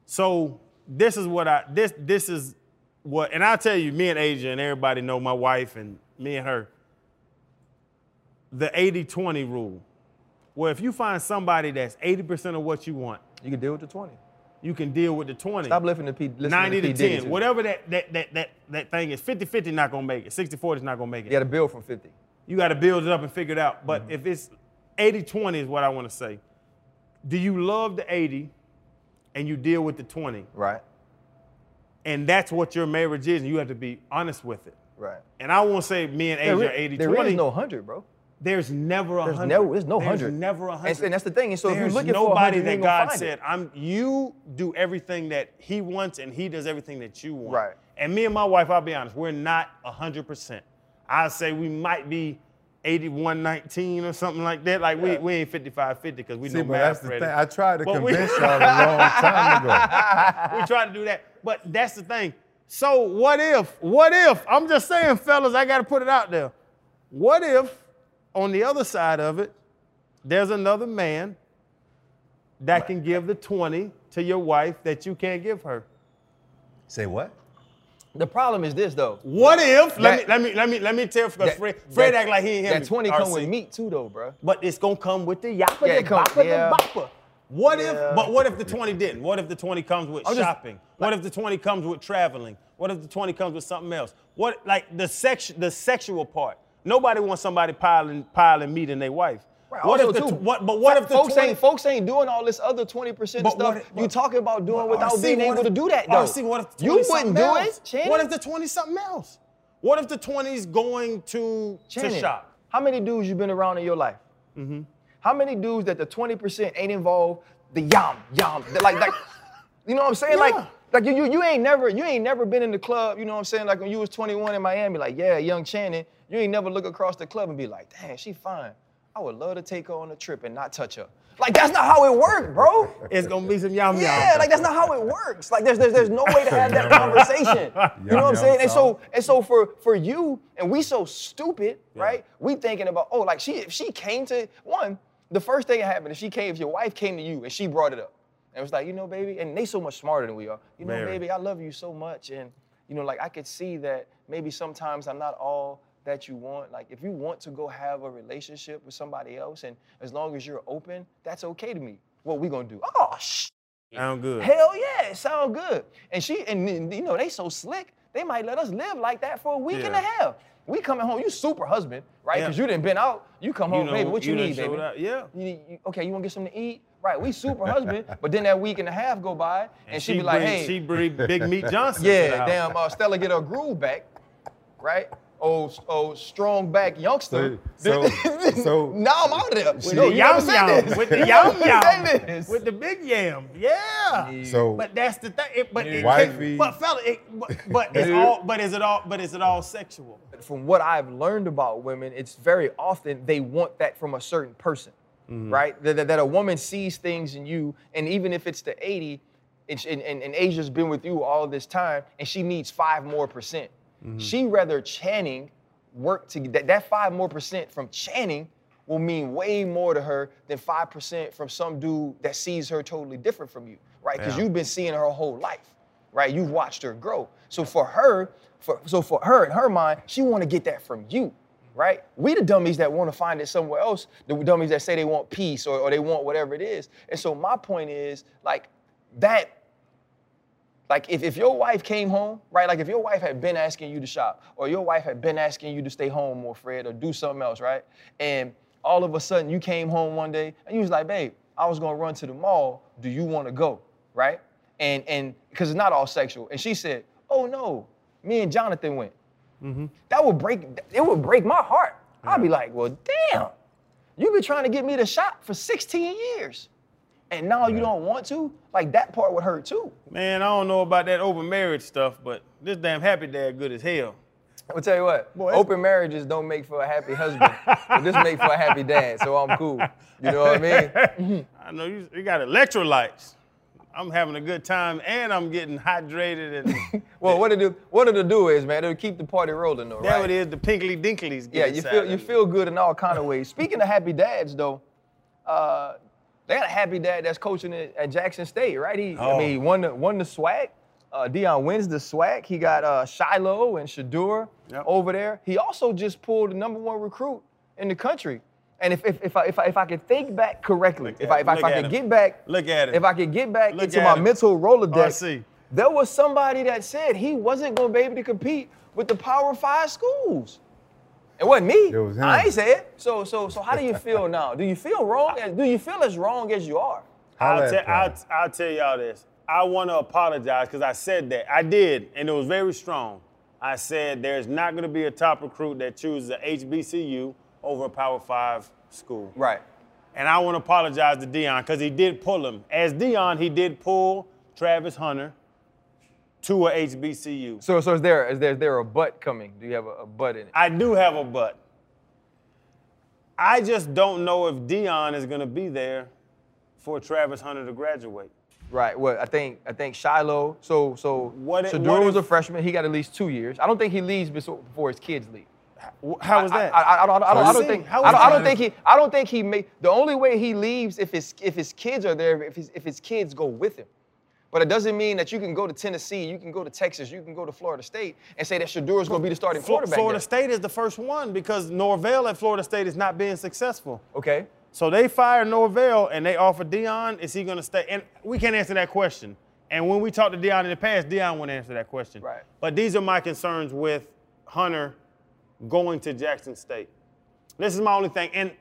Speaker 6: So this is what I this this is what and I tell you, me and Asia and everybody know my wife and me and her. The 80-20 rule. Where if you find somebody that's 80% of what you want,
Speaker 3: You can deal with the 20.
Speaker 6: you can deal with the 20.
Speaker 3: Stop listening to P. Listening
Speaker 6: 90
Speaker 3: to,
Speaker 6: to
Speaker 3: P. Diddy
Speaker 6: 10.
Speaker 3: too.
Speaker 6: Whatever that that that that, that thing is, 50-50 not gonna make it. 60-40 is not gonna make it
Speaker 3: You got to build from 50.
Speaker 6: you got to build it up and figure it out.
Speaker 3: Mm-hmm.
Speaker 6: But if it's 80 20 is what I want to say. Do you love the 80 and you deal with the 20?
Speaker 3: Right,
Speaker 6: And that's what your marriage is, and you have to be honest with it.
Speaker 3: right.
Speaker 6: And I won't say me and Asia are 80
Speaker 3: there
Speaker 6: 20.
Speaker 3: is no 100, bro.
Speaker 6: there's never a
Speaker 3: There's
Speaker 6: 100.
Speaker 3: never- there's no 100.
Speaker 6: never a
Speaker 3: And
Speaker 6: 100.
Speaker 3: so- and that's the thing, and so if you're
Speaker 6: There's
Speaker 3: looking for a 100,
Speaker 6: nobody
Speaker 3: you
Speaker 6: that
Speaker 3: ain't gonna
Speaker 6: God
Speaker 3: find it.
Speaker 6: said, I'm you do everything that he wants and he does everything that you want.
Speaker 3: Right.
Speaker 6: And me and my wife, I'll be honest, we're not 100%. I say we might be 81 19 or something like that. Like we, we ain't 55 50 because we
Speaker 5: See,
Speaker 6: know
Speaker 5: but
Speaker 6: math
Speaker 5: that's the
Speaker 6: Freddie.
Speaker 5: thing. I tried to
Speaker 6: But we- [laughs]
Speaker 5: convince y'all a long time ago.
Speaker 6: we try to do that. But that's the thing. So what if, what if, I'm just saying, fellas, I gotta put it out there. What if on the other side of it, there's another man that can give the 20 to your wife that you can't give her?
Speaker 5: Say what?
Speaker 3: The problem is this, though.
Speaker 6: What if? let me
Speaker 3: That-
Speaker 6: let me let me let me tell because
Speaker 3: That-
Speaker 6: Fred, Fred
Speaker 3: that-
Speaker 6: act like he ain't hear
Speaker 3: That
Speaker 6: me,
Speaker 3: 20 come with
Speaker 6: RC.
Speaker 3: meat, too, though, bro.
Speaker 6: But it's gonna come with the yapper,
Speaker 3: Yeah,
Speaker 6: the
Speaker 3: it come-
Speaker 6: bopper,
Speaker 3: yeah.
Speaker 6: the bopper. What
Speaker 3: Yeah.
Speaker 6: if? But what if the twenty didn't? What if the twenty comes with
Speaker 3: I'm just-
Speaker 6: shopping? what if the twenty comes with traveling? What if the twenty comes with something else? What like the sex the sexual part? Nobody wants somebody piling piling meat in their wife.
Speaker 3: Right,
Speaker 6: What
Speaker 3: also,
Speaker 6: if the tw-
Speaker 3: too,
Speaker 6: what? But what if the
Speaker 3: folks
Speaker 6: 20,
Speaker 3: ain't folks ain't doing all this other twenty percent
Speaker 6: But
Speaker 3: stuff oh,
Speaker 6: what if-
Speaker 3: you talking about doing
Speaker 6: But
Speaker 3: without
Speaker 6: RC,
Speaker 3: being
Speaker 6: what
Speaker 3: able
Speaker 6: if-
Speaker 3: to do that though?
Speaker 6: RC, what if the
Speaker 3: you
Speaker 6: 20
Speaker 3: wouldn't
Speaker 6: something
Speaker 3: do
Speaker 6: else?
Speaker 3: it, Channing?
Speaker 6: What if the twenty something else? What if the 20's going to to
Speaker 3: Channing,
Speaker 6: shop? Mm-hmm.
Speaker 3: How many dudes you been around in your life? How many dudes that the twenty percent ain't involved? The yum yum, the like
Speaker 6: [laughs]
Speaker 3: like, you know what I'm saying?
Speaker 6: Yeah.
Speaker 3: Like like you, you you ain't never you ain't never been in the club. You know what I'm saying? Like when you was 21 in Miami, like yeah, young Channing, you ain't never look across the club and be like, dang, she fine. I would love to take her on a trip and not touch her. Like that's not how it worked,
Speaker 6: [laughs]
Speaker 3: bro.
Speaker 6: It's gonna be some yum
Speaker 3: Yeah,
Speaker 6: yum.
Speaker 3: like that's not how it works. Like there's there's, there's no way to have
Speaker 6: [laughs]
Speaker 3: that conversation. You know what I'm
Speaker 5: Yum,
Speaker 3: saying?
Speaker 5: yum,
Speaker 3: And so
Speaker 5: song.
Speaker 3: and so for for you and we so stupid, right? We thinking about oh like she if she came to one the first thing that happened if she came if your wife came to you and she brought it up and it was like you know baby and they so much smarter than we are. You know
Speaker 6: Very.
Speaker 3: baby I love you so much and you know like I could see that maybe sometimes I'm not all that you want like if you want to go have a relationship with somebody else and as long as you're open that's okay to me. What we gonna do? Oh shh.
Speaker 6: Sound good.
Speaker 3: Hell yeah, it sound good. And she and then, you know they so slick, they might let us live like that for a week and a
Speaker 6: Yeah.
Speaker 3: half. We coming home, you super husband, right?
Speaker 6: Yeah.
Speaker 3: Because you didn't been out. You come
Speaker 6: You
Speaker 3: home,
Speaker 6: know,
Speaker 3: Oh, baby. What you,
Speaker 6: you done
Speaker 3: need,
Speaker 6: showed
Speaker 3: baby?
Speaker 6: out, yeah.
Speaker 3: You need- you- okay, you want to get something to eat? Right. We super
Speaker 6: [laughs]
Speaker 3: husband. But then that week and a half go by, and, she, be like,
Speaker 6: bring-
Speaker 3: hey,
Speaker 6: she bring Big
Speaker 3: [laughs]
Speaker 6: Meat Johnson. to the
Speaker 3: yeah,
Speaker 6: house.
Speaker 3: damn, uh, Stella get her groove back, right? Oh, oh, strong back youngster.
Speaker 5: So- so-
Speaker 3: [laughs] now I'm out of there. With
Speaker 6: the yum
Speaker 3: [laughs]
Speaker 6: yum, with the yum yum,
Speaker 3: With
Speaker 6: with the big yam, yeah.
Speaker 5: So
Speaker 6: But that's the thing. It, but it,
Speaker 5: Wifey.
Speaker 6: but fella, it, but, but it's
Speaker 5: Dude.
Speaker 6: all. But is it all? But is it all sexual?
Speaker 3: from what I've learned about women, it's very often they want that from a certain person, right? That, that, that a woman sees things in you, and even if it's the 80, and, she- and, and, and Asia's been with you all this time, and she needs five more percent. She rather Channing work to that, that five more percent from Channing will mean way more to her than five percent from some dude that sees her totally different from you, right? Because
Speaker 6: Yeah.
Speaker 3: you've been seeing her whole life right? You've watched her grow. So for her, for, so for her in her mind, she want to get that from you, right? We the dummies that want to find it somewhere else. The dummies that say they want peace or, or they want whatever it is. And so my point is like that. Like if, if your wife came home, right? Like if your wife had been asking you to shop, or your wife had been asking you to stay home more, Fred, or do something else, right? And all of a sudden you came home one day and you was like, babe, I was gonna run to the mall. Do you wanna go? Right? And and because it's not all sexual. And she said, Mm-hmm. Oh no, me and Jonathan went. That would break, it would break my heart. I'll be like, well, damn, you've been trying to get me to shop for 16 years. And now you don't want to? Like that part would hurt too.
Speaker 6: Man, I don't know about that open marriage stuff, but this damn happy dad good as hell.
Speaker 3: I'm gonna tell you what,
Speaker 6: Boy, it's-
Speaker 3: open marriages don't make for a happy husband. but this make for a happy dad, so I'm cool. You know what I mean? [laughs]
Speaker 6: I know you, you got electrolytes. I'm having a good time and I'm getting hydrated
Speaker 3: [laughs]
Speaker 6: and
Speaker 3: Well, what it do? What it'll do is, man, it'll keep the party rolling though,
Speaker 6: that
Speaker 3: right?
Speaker 6: what it is, the pinkly dinklies.
Speaker 3: Yeah, you feel you feel good in all kind of ways. Speaking of happy dads, though, uh, they got a happy dad that's coaching at, at Jackson State, right? He, I
Speaker 6: Oh.
Speaker 3: mean, he won the won the swag. Uh, Dion wins the swag. He got uh, Shiloh and Shadur
Speaker 6: Yep.
Speaker 3: over there. He also just pulled the number one recruit in the country. And if if, if I if I if I could think back correctly,
Speaker 6: Look
Speaker 3: if
Speaker 6: at
Speaker 3: I
Speaker 6: it,
Speaker 3: if I, if
Speaker 6: look
Speaker 3: I
Speaker 6: at
Speaker 3: could
Speaker 6: him.
Speaker 3: get back,
Speaker 6: Look at it.
Speaker 3: If I could get back
Speaker 6: Look
Speaker 3: into
Speaker 6: at
Speaker 3: my
Speaker 6: him.
Speaker 3: mental
Speaker 6: Oh, I
Speaker 3: rolodex,
Speaker 6: see.
Speaker 3: there was somebody that said he wasn't going to be able to compete with the Power Five schools. It wasn't me.
Speaker 5: It was him.
Speaker 3: I ain't say it. So, so, so, how do
Speaker 5: [laughs]
Speaker 3: you feel now? Do you feel wrong? As, do you feel as wrong as you are?
Speaker 6: I'll,
Speaker 5: Holla
Speaker 6: te-
Speaker 5: at
Speaker 6: I'll,
Speaker 5: them.
Speaker 6: I'll tell y'all this. I want to apologize because I said that. I did, and it was very strong. I said there's not going to be a top recruit that chooses a HBCU over a Power Five school.
Speaker 3: Right.
Speaker 6: And I want to apologize to Dion because he did pull him. As Dion, he did pull Travis Hunter to a HBCU.
Speaker 3: So, so is there is there is there a butt coming? Do you have a, a butt in it?
Speaker 6: I do have a butt. I just don't know if Dion is going to be there for Travis Hunter to graduate.
Speaker 3: Right. Well, I think I think Shiloh. So, so
Speaker 6: What if-
Speaker 3: Shadur
Speaker 6: what
Speaker 3: was a
Speaker 6: if-
Speaker 3: freshman. He got at least two years. I don't think he leaves before, before his kids leave.
Speaker 6: Wh- How was
Speaker 3: I-
Speaker 6: that?
Speaker 3: I, I, I don't, I don't, I
Speaker 6: you
Speaker 3: don't
Speaker 6: see,
Speaker 3: think.
Speaker 6: how
Speaker 3: I don't, I
Speaker 6: is
Speaker 3: don't
Speaker 6: that-
Speaker 3: think he. I don't think he made. The only way he leaves if his if his kids are there, if his if his kids go with him. But it doesn't mean that you can go to Tennessee, you can go to Texas, you can go to Florida State, and say that Shadur is going to be the starting
Speaker 6: Flo-
Speaker 3: quarterback.
Speaker 6: Florida
Speaker 3: there.
Speaker 6: State is the first one because Norvell at Florida State is not being successful.
Speaker 3: Okay.
Speaker 6: So they fire Norvell and they offer Dion. Is he going to stay? And we can't answer that question. And when we talked to Dion in the past, Dion wouldn't answer that question.
Speaker 3: Right.
Speaker 6: But these are my concerns with Hunter going to Jackson State. This is my only thing. And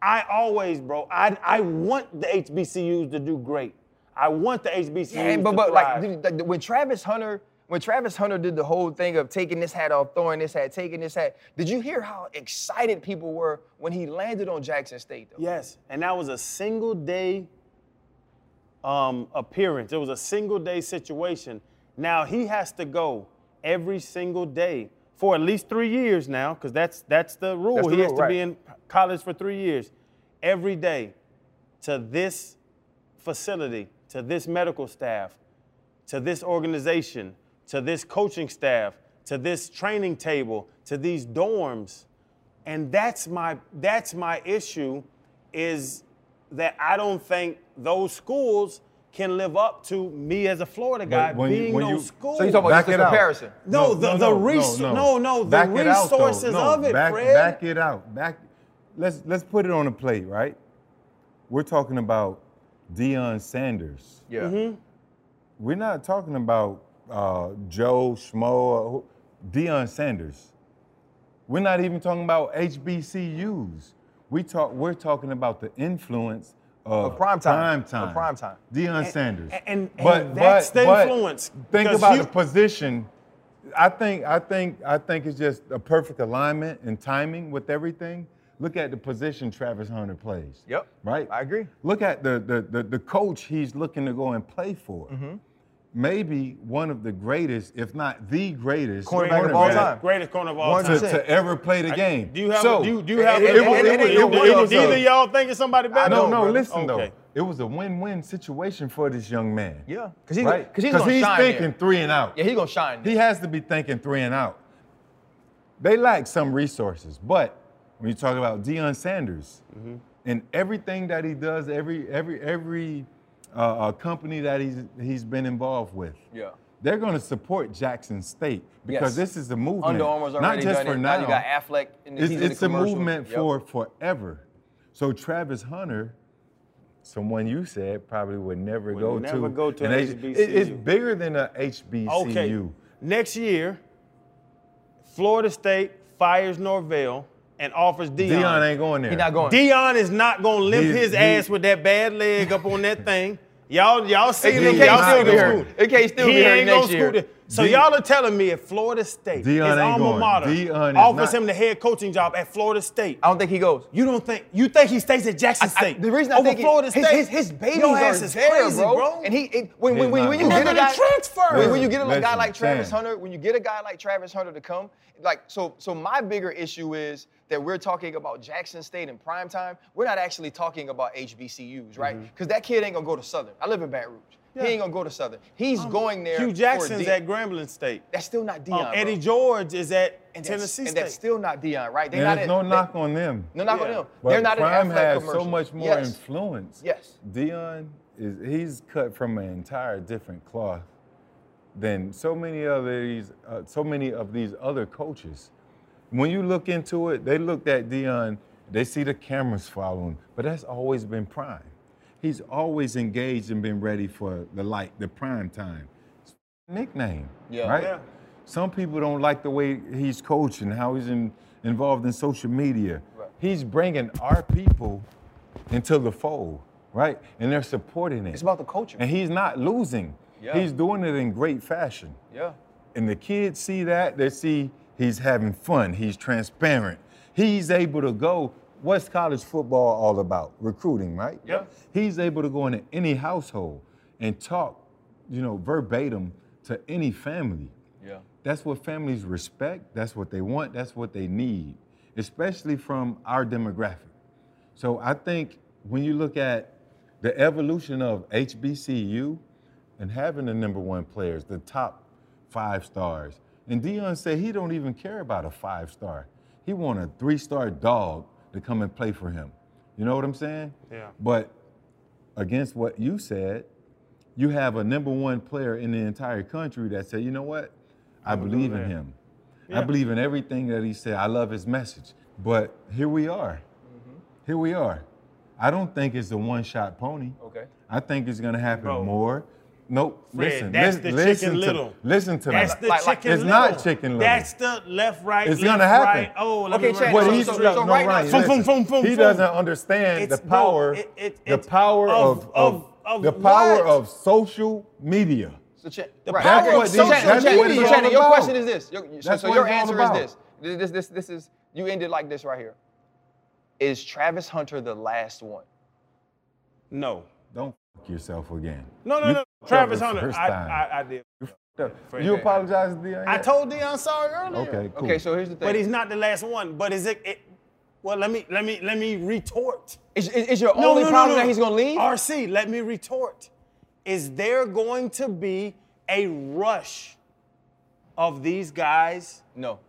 Speaker 6: I always, bro, I, I want the HBCUs to do great. I want the HBCUs
Speaker 3: Yeah, but
Speaker 6: to
Speaker 3: but like
Speaker 6: thrive.
Speaker 3: dude, like, when Travis Hunter when Travis Hunter did the whole thing of taking this hat off, throwing this hat, taking this hat, did you hear how excited people were when he landed on Jackson State? Though?
Speaker 6: Yes, and that was a single day um, appearance. It was a single day situation. Now he has to go every single day for at least three years now, because that's that's the rule.
Speaker 3: That's the
Speaker 6: he has
Speaker 3: rule,
Speaker 6: to be
Speaker 3: right.
Speaker 6: in college for three years, every day, to this facility, to this medical staff, to this organization, to this coaching staff, to this training table, to these dorms. And that's my that's my issue is that I don't think those schools can live up to me as a Florida guy
Speaker 5: when you-
Speaker 6: being
Speaker 5: when
Speaker 6: those
Speaker 5: you-
Speaker 6: schools.
Speaker 3: So you talking about
Speaker 5: Back
Speaker 3: just
Speaker 5: it
Speaker 3: a
Speaker 5: out.
Speaker 3: comparison?
Speaker 6: No, the- the res- no, no, the
Speaker 5: Back it out, though.
Speaker 6: resources of it,
Speaker 5: back,
Speaker 6: Fred.
Speaker 5: Back it out. Back. Let's let's put it on a plate, right? We're talking about Deion Sanders.
Speaker 3: Yeah.
Speaker 6: Mm-hmm.
Speaker 5: We're not talking about uh, Joe Schmo or who- Deion Sanders. We're not even talking about HBCUs. We talk. We're talking about the influence of,
Speaker 3: Of prime time.
Speaker 5: Prime time.
Speaker 3: Of prime time.
Speaker 5: Deion Sanders.
Speaker 6: and- and that's the influence,
Speaker 5: Think
Speaker 6: because
Speaker 5: about
Speaker 6: you-
Speaker 5: the position. I think. I think. I think it's just a perfect alignment and timing with everything. Look at the position Travis Hunter plays.
Speaker 3: Yep.
Speaker 5: Right.
Speaker 3: I agree.
Speaker 5: Look at the the the, the coach he's looking to go and play for. Maybe one of the greatest, if not the greatest,
Speaker 3: Cornerback of all
Speaker 5: cornerback
Speaker 3: time.
Speaker 6: Greatest corner of all
Speaker 3: One
Speaker 5: to,
Speaker 6: time.
Speaker 3: percent.
Speaker 5: to ever play the game.
Speaker 6: Do you have?
Speaker 5: So,
Speaker 6: a, do you, do you have?
Speaker 3: it-
Speaker 6: a,
Speaker 3: it- it- it- it- it- it-
Speaker 6: do
Speaker 3: it-
Speaker 6: either
Speaker 3: it-
Speaker 6: y'all think it's somebody better?
Speaker 5: uh, no,
Speaker 3: know,
Speaker 5: no.
Speaker 3: brother.
Speaker 5: Listen
Speaker 6: Okay.
Speaker 5: though, it was a win-win situation for this young man.
Speaker 3: Yeah, 'cause he's-
Speaker 5: right?
Speaker 3: 'cause he's gonna shine there.
Speaker 5: thinking three and out.
Speaker 3: Yeah, he's gonna shine.
Speaker 5: He has to be thinking three and out. They lack some resources, but when you talk about Deion Sanders
Speaker 3: Mm-hmm.
Speaker 5: and everything that he does, every every every uh, uh, company that he's he's been involved with,
Speaker 3: Yeah.
Speaker 5: they're going to support Jackson State
Speaker 3: Yes.
Speaker 5: because this is a movement,
Speaker 3: Under Armour's
Speaker 5: not
Speaker 3: already
Speaker 5: just
Speaker 3: done
Speaker 5: for
Speaker 3: it.
Speaker 5: now.
Speaker 3: Now you got Affleck in the-
Speaker 5: it's,
Speaker 3: he's in the
Speaker 5: it's a
Speaker 3: commercial.
Speaker 5: movement
Speaker 3: Yep.
Speaker 5: for forever. So Travis Hunter, someone you said probably would never
Speaker 6: Would
Speaker 5: go
Speaker 6: never
Speaker 5: to.
Speaker 6: go to
Speaker 5: an
Speaker 6: an
Speaker 5: H- it- it's
Speaker 6: HBCU.
Speaker 5: bigger than a HBCU.
Speaker 6: Okay. Next year, Florida State fires Norvell and offers Dion.
Speaker 5: Dion ain't going there.
Speaker 3: He's not going.
Speaker 6: Dion is not gonna limp
Speaker 5: He-
Speaker 6: his
Speaker 5: he-
Speaker 6: ass with that bad leg up on that thing. Y'all, y'all seen
Speaker 3: It
Speaker 6: him?
Speaker 5: can't
Speaker 6: Y'all
Speaker 5: still
Speaker 6: seen
Speaker 5: be
Speaker 6: him
Speaker 5: hurt.
Speaker 6: scoot.
Speaker 3: It can't still
Speaker 6: he
Speaker 3: be hurt
Speaker 6: ain't
Speaker 3: next
Speaker 6: gonna
Speaker 3: year.
Speaker 6: scoot it. So
Speaker 5: D-
Speaker 6: y'all are telling me if Florida State,
Speaker 5: Dion
Speaker 6: his
Speaker 5: ain't
Speaker 6: alma
Speaker 5: going.
Speaker 6: mater,
Speaker 5: Dion is
Speaker 6: offers
Speaker 5: not-
Speaker 6: him the head coaching job at Florida State,
Speaker 3: I don't think he goes.
Speaker 6: you don't think you think he stays at Jackson
Speaker 3: I-
Speaker 6: State?
Speaker 3: the reason I
Speaker 6: over
Speaker 3: think he-
Speaker 6: Florida
Speaker 3: his,
Speaker 6: State,
Speaker 3: his, his babies
Speaker 6: your
Speaker 3: are
Speaker 6: ass is
Speaker 3: there,
Speaker 6: crazy,
Speaker 3: bro.
Speaker 6: bro.
Speaker 3: And he it, when, when,
Speaker 5: He's
Speaker 3: when,
Speaker 5: not
Speaker 3: when you
Speaker 5: going.
Speaker 3: get a
Speaker 6: Look
Speaker 3: guy
Speaker 6: at the transfers.
Speaker 3: when, when you get a guy
Speaker 5: Listen,
Speaker 3: like Travis
Speaker 5: Sam.
Speaker 3: Hunter, when you get a guy like Travis Hunter to come, like so so my bigger issue is that we're talking about Jackson State in prime time. We're not actually talking about HBCUs, right? Because that kid ain't gonna go to Southern. I live in Baton Rouge. He ain't gonna go to Southern. He's going there.
Speaker 6: Hugh
Speaker 3: for
Speaker 6: Jackson's
Speaker 3: D-
Speaker 6: at Grambling State.
Speaker 3: That's still not Dion.
Speaker 6: Um, Eddie George is at Tennessee
Speaker 3: and
Speaker 6: State.
Speaker 3: that's still not Dion, right? They're
Speaker 5: And
Speaker 3: not
Speaker 5: there's
Speaker 3: at-
Speaker 5: no
Speaker 3: they-
Speaker 5: knock on them.
Speaker 3: No knock on
Speaker 6: Yeah.
Speaker 3: them.
Speaker 5: But
Speaker 3: They're not
Speaker 5: Prime
Speaker 3: an
Speaker 5: has
Speaker 3: athletic
Speaker 5: so much more
Speaker 3: yes.
Speaker 5: influence.
Speaker 3: Yes.
Speaker 5: Dion is he's cut from an entire different cloth than so many of these uh, so many of these other coaches. When you look into it, they looked at Dion, they see the cameras following, but that's always been Prime. He's always engaged and been ready for the light, the prime time nickname,
Speaker 3: Yeah.
Speaker 5: right?
Speaker 6: Yeah.
Speaker 5: Some people don't like the way he's coached and how he's in, involved in social media.
Speaker 3: Right.
Speaker 5: He's bringing our people into the fold, right? And they're supporting it.
Speaker 3: It's about the culture.
Speaker 5: And he's not losing.
Speaker 3: Yeah.
Speaker 5: He's doing it in great fashion.
Speaker 3: Yeah.
Speaker 5: And the kids see that, they see he's having fun, he's transparent. He's able to go. What's college football all about? Recruiting, right?
Speaker 3: Yeah.
Speaker 5: He's able to go into any household and talk, you know, verbatim to any family.
Speaker 3: Yeah.
Speaker 5: That's what families respect, that's what they want, that's what they need, especially from our demographic. So I think when you look at the evolution of HBCU and having the number one players, the top five stars, and Dion said he don't even care about a five star. He want a three star dog to come and play for him. You know what I'm saying?
Speaker 6: Yeah.
Speaker 5: But against what you said, you have a number one player in the entire country that said, you know what? I believe in him. I believe in everything that he said. I love his message. But here we are. Here we are. I don't think it's a one shot pony.
Speaker 3: Okay.
Speaker 5: I think it's gonna happen
Speaker 6: Bro.
Speaker 5: more. Nope.
Speaker 6: Fred,
Speaker 5: listen,
Speaker 6: that's
Speaker 5: listen,
Speaker 6: the
Speaker 5: listen
Speaker 6: Chicken
Speaker 5: to,
Speaker 6: Little.
Speaker 5: Listen to
Speaker 6: That's
Speaker 5: me.
Speaker 6: the
Speaker 3: Like- like-
Speaker 6: chicken
Speaker 5: It's
Speaker 6: little.
Speaker 5: not chicken little.
Speaker 6: That's the left, right,
Speaker 5: It's
Speaker 6: left,
Speaker 5: gonna happen.
Speaker 6: right. Oh, let
Speaker 3: Okay,
Speaker 6: me
Speaker 3: Chad,
Speaker 6: run-
Speaker 5: What
Speaker 3: so-
Speaker 5: he
Speaker 3: so-
Speaker 5: no,
Speaker 3: so
Speaker 5: no,
Speaker 3: right now-
Speaker 5: Ryan,
Speaker 3: Fum,
Speaker 5: listen.
Speaker 6: fum, fum, fum,
Speaker 5: He
Speaker 6: fum.
Speaker 5: doesn't understand
Speaker 6: It's-
Speaker 5: the
Speaker 6: bro,
Speaker 5: power,
Speaker 6: it- it-
Speaker 5: the
Speaker 6: it's
Speaker 5: power
Speaker 6: of-
Speaker 5: of, of,
Speaker 6: of-
Speaker 5: the
Speaker 6: of
Speaker 5: power
Speaker 6: what?
Speaker 5: of social media.
Speaker 3: So Chan,
Speaker 6: The
Speaker 3: right.
Speaker 6: power
Speaker 3: Okay,
Speaker 6: of
Speaker 3: so
Speaker 6: social
Speaker 3: Chan- so Chan-
Speaker 6: media.
Speaker 3: so
Speaker 6: That's
Speaker 3: Chan,
Speaker 6: what it's
Speaker 3: your
Speaker 5: all
Speaker 3: question
Speaker 5: about.
Speaker 3: is this. Your- so
Speaker 5: That's
Speaker 3: so
Speaker 5: what
Speaker 3: your
Speaker 5: it's all
Speaker 3: answer is
Speaker 5: about.
Speaker 3: this. This, this. this this is you ended like this right here. Is Travis Hunter the last one?
Speaker 6: No.
Speaker 5: Don't f yourself again.
Speaker 6: No, no,
Speaker 5: You
Speaker 6: no.
Speaker 5: f***ed up
Speaker 6: Travis
Speaker 5: the
Speaker 6: Hunter.
Speaker 5: first
Speaker 6: I,
Speaker 5: time.
Speaker 6: I, I did.
Speaker 5: you apologize to Dion?
Speaker 6: I told Deion sorry earlier.
Speaker 5: Okay, cool.
Speaker 3: Okay, so here's the thing.
Speaker 6: But he's not the last one. But is it, it well, let me let me let me retort.
Speaker 3: Is, is, is your only problem that he's gonna leave?
Speaker 6: RC, let me retort. Is there going to be a rush of these guys?
Speaker 3: no.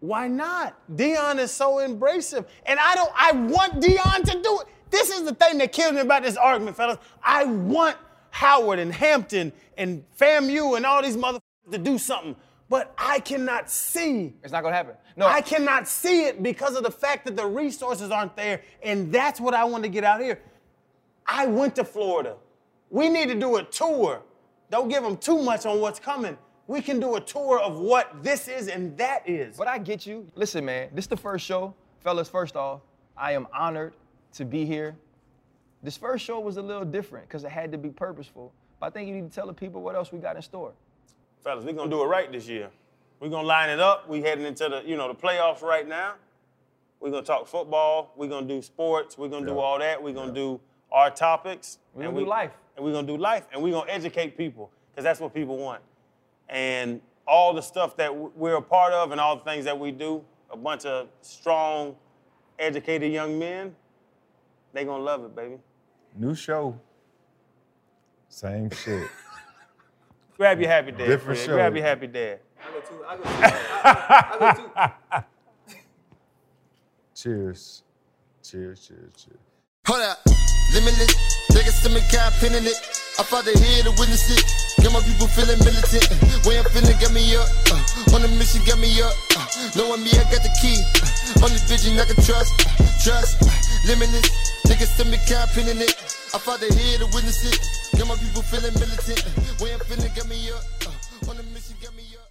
Speaker 6: Why not? Dion is so embracive. And I don't, I want Dion to do it. This is the thing that kills me about this argument, fellas. I want Howard and Hampton and FAMU and all these motherfuckers to do something, but I cannot see.
Speaker 3: It's not gonna happen. No.
Speaker 6: I cannot see it because of the fact that the resources aren't there. And that's what I want to get out here. I went to Florida. We need to do a tour. Don't give them too much on what's coming. We can do a tour of what this is and that is.
Speaker 3: But I get you. Listen, man, this the first show. Fellas, first off, I am honored to be here. This first show was a little different because it had to be purposeful. But I think you need to tell the people what else we got in store.
Speaker 6: Fellas, we're gonna do it right this year. We're gonna line it up. We heading into the, you know, the playoffs right now. We're gonna talk football. We're gonna do sports. We're gonna do
Speaker 5: Yeah.
Speaker 6: all that. We're gonna do our topics.
Speaker 3: We gonna do life.
Speaker 6: And we're gonna do life. And we're gonna educate people, because that's what people want. And all the stuff that w- we're a part of and all the things that we do, a bunch of strong, educated young men, they gonna love it, baby.
Speaker 5: New show. Same shit.
Speaker 6: Grab your happy dad.
Speaker 5: Different
Speaker 6: Fred.
Speaker 5: show.
Speaker 6: Grab your happy dad.
Speaker 5: cheers. Cheers, cheers, cheers.
Speaker 4: Hold up, limitless. Take a stomach cap, pinning it. I fought the here to witness it. Got my people feeling militant. Way I'm finna get me up. Uh, on a mission, get me up. Uh, knowing me, I got the key. Uh, on this vision, I can trust. Uh, trust. Uh, limitless. Take a stomach cap, pinning it. I fought the here to witness it. Got my people feeling militant. Way I'm finna get me up. Uh, on a mission, get me up.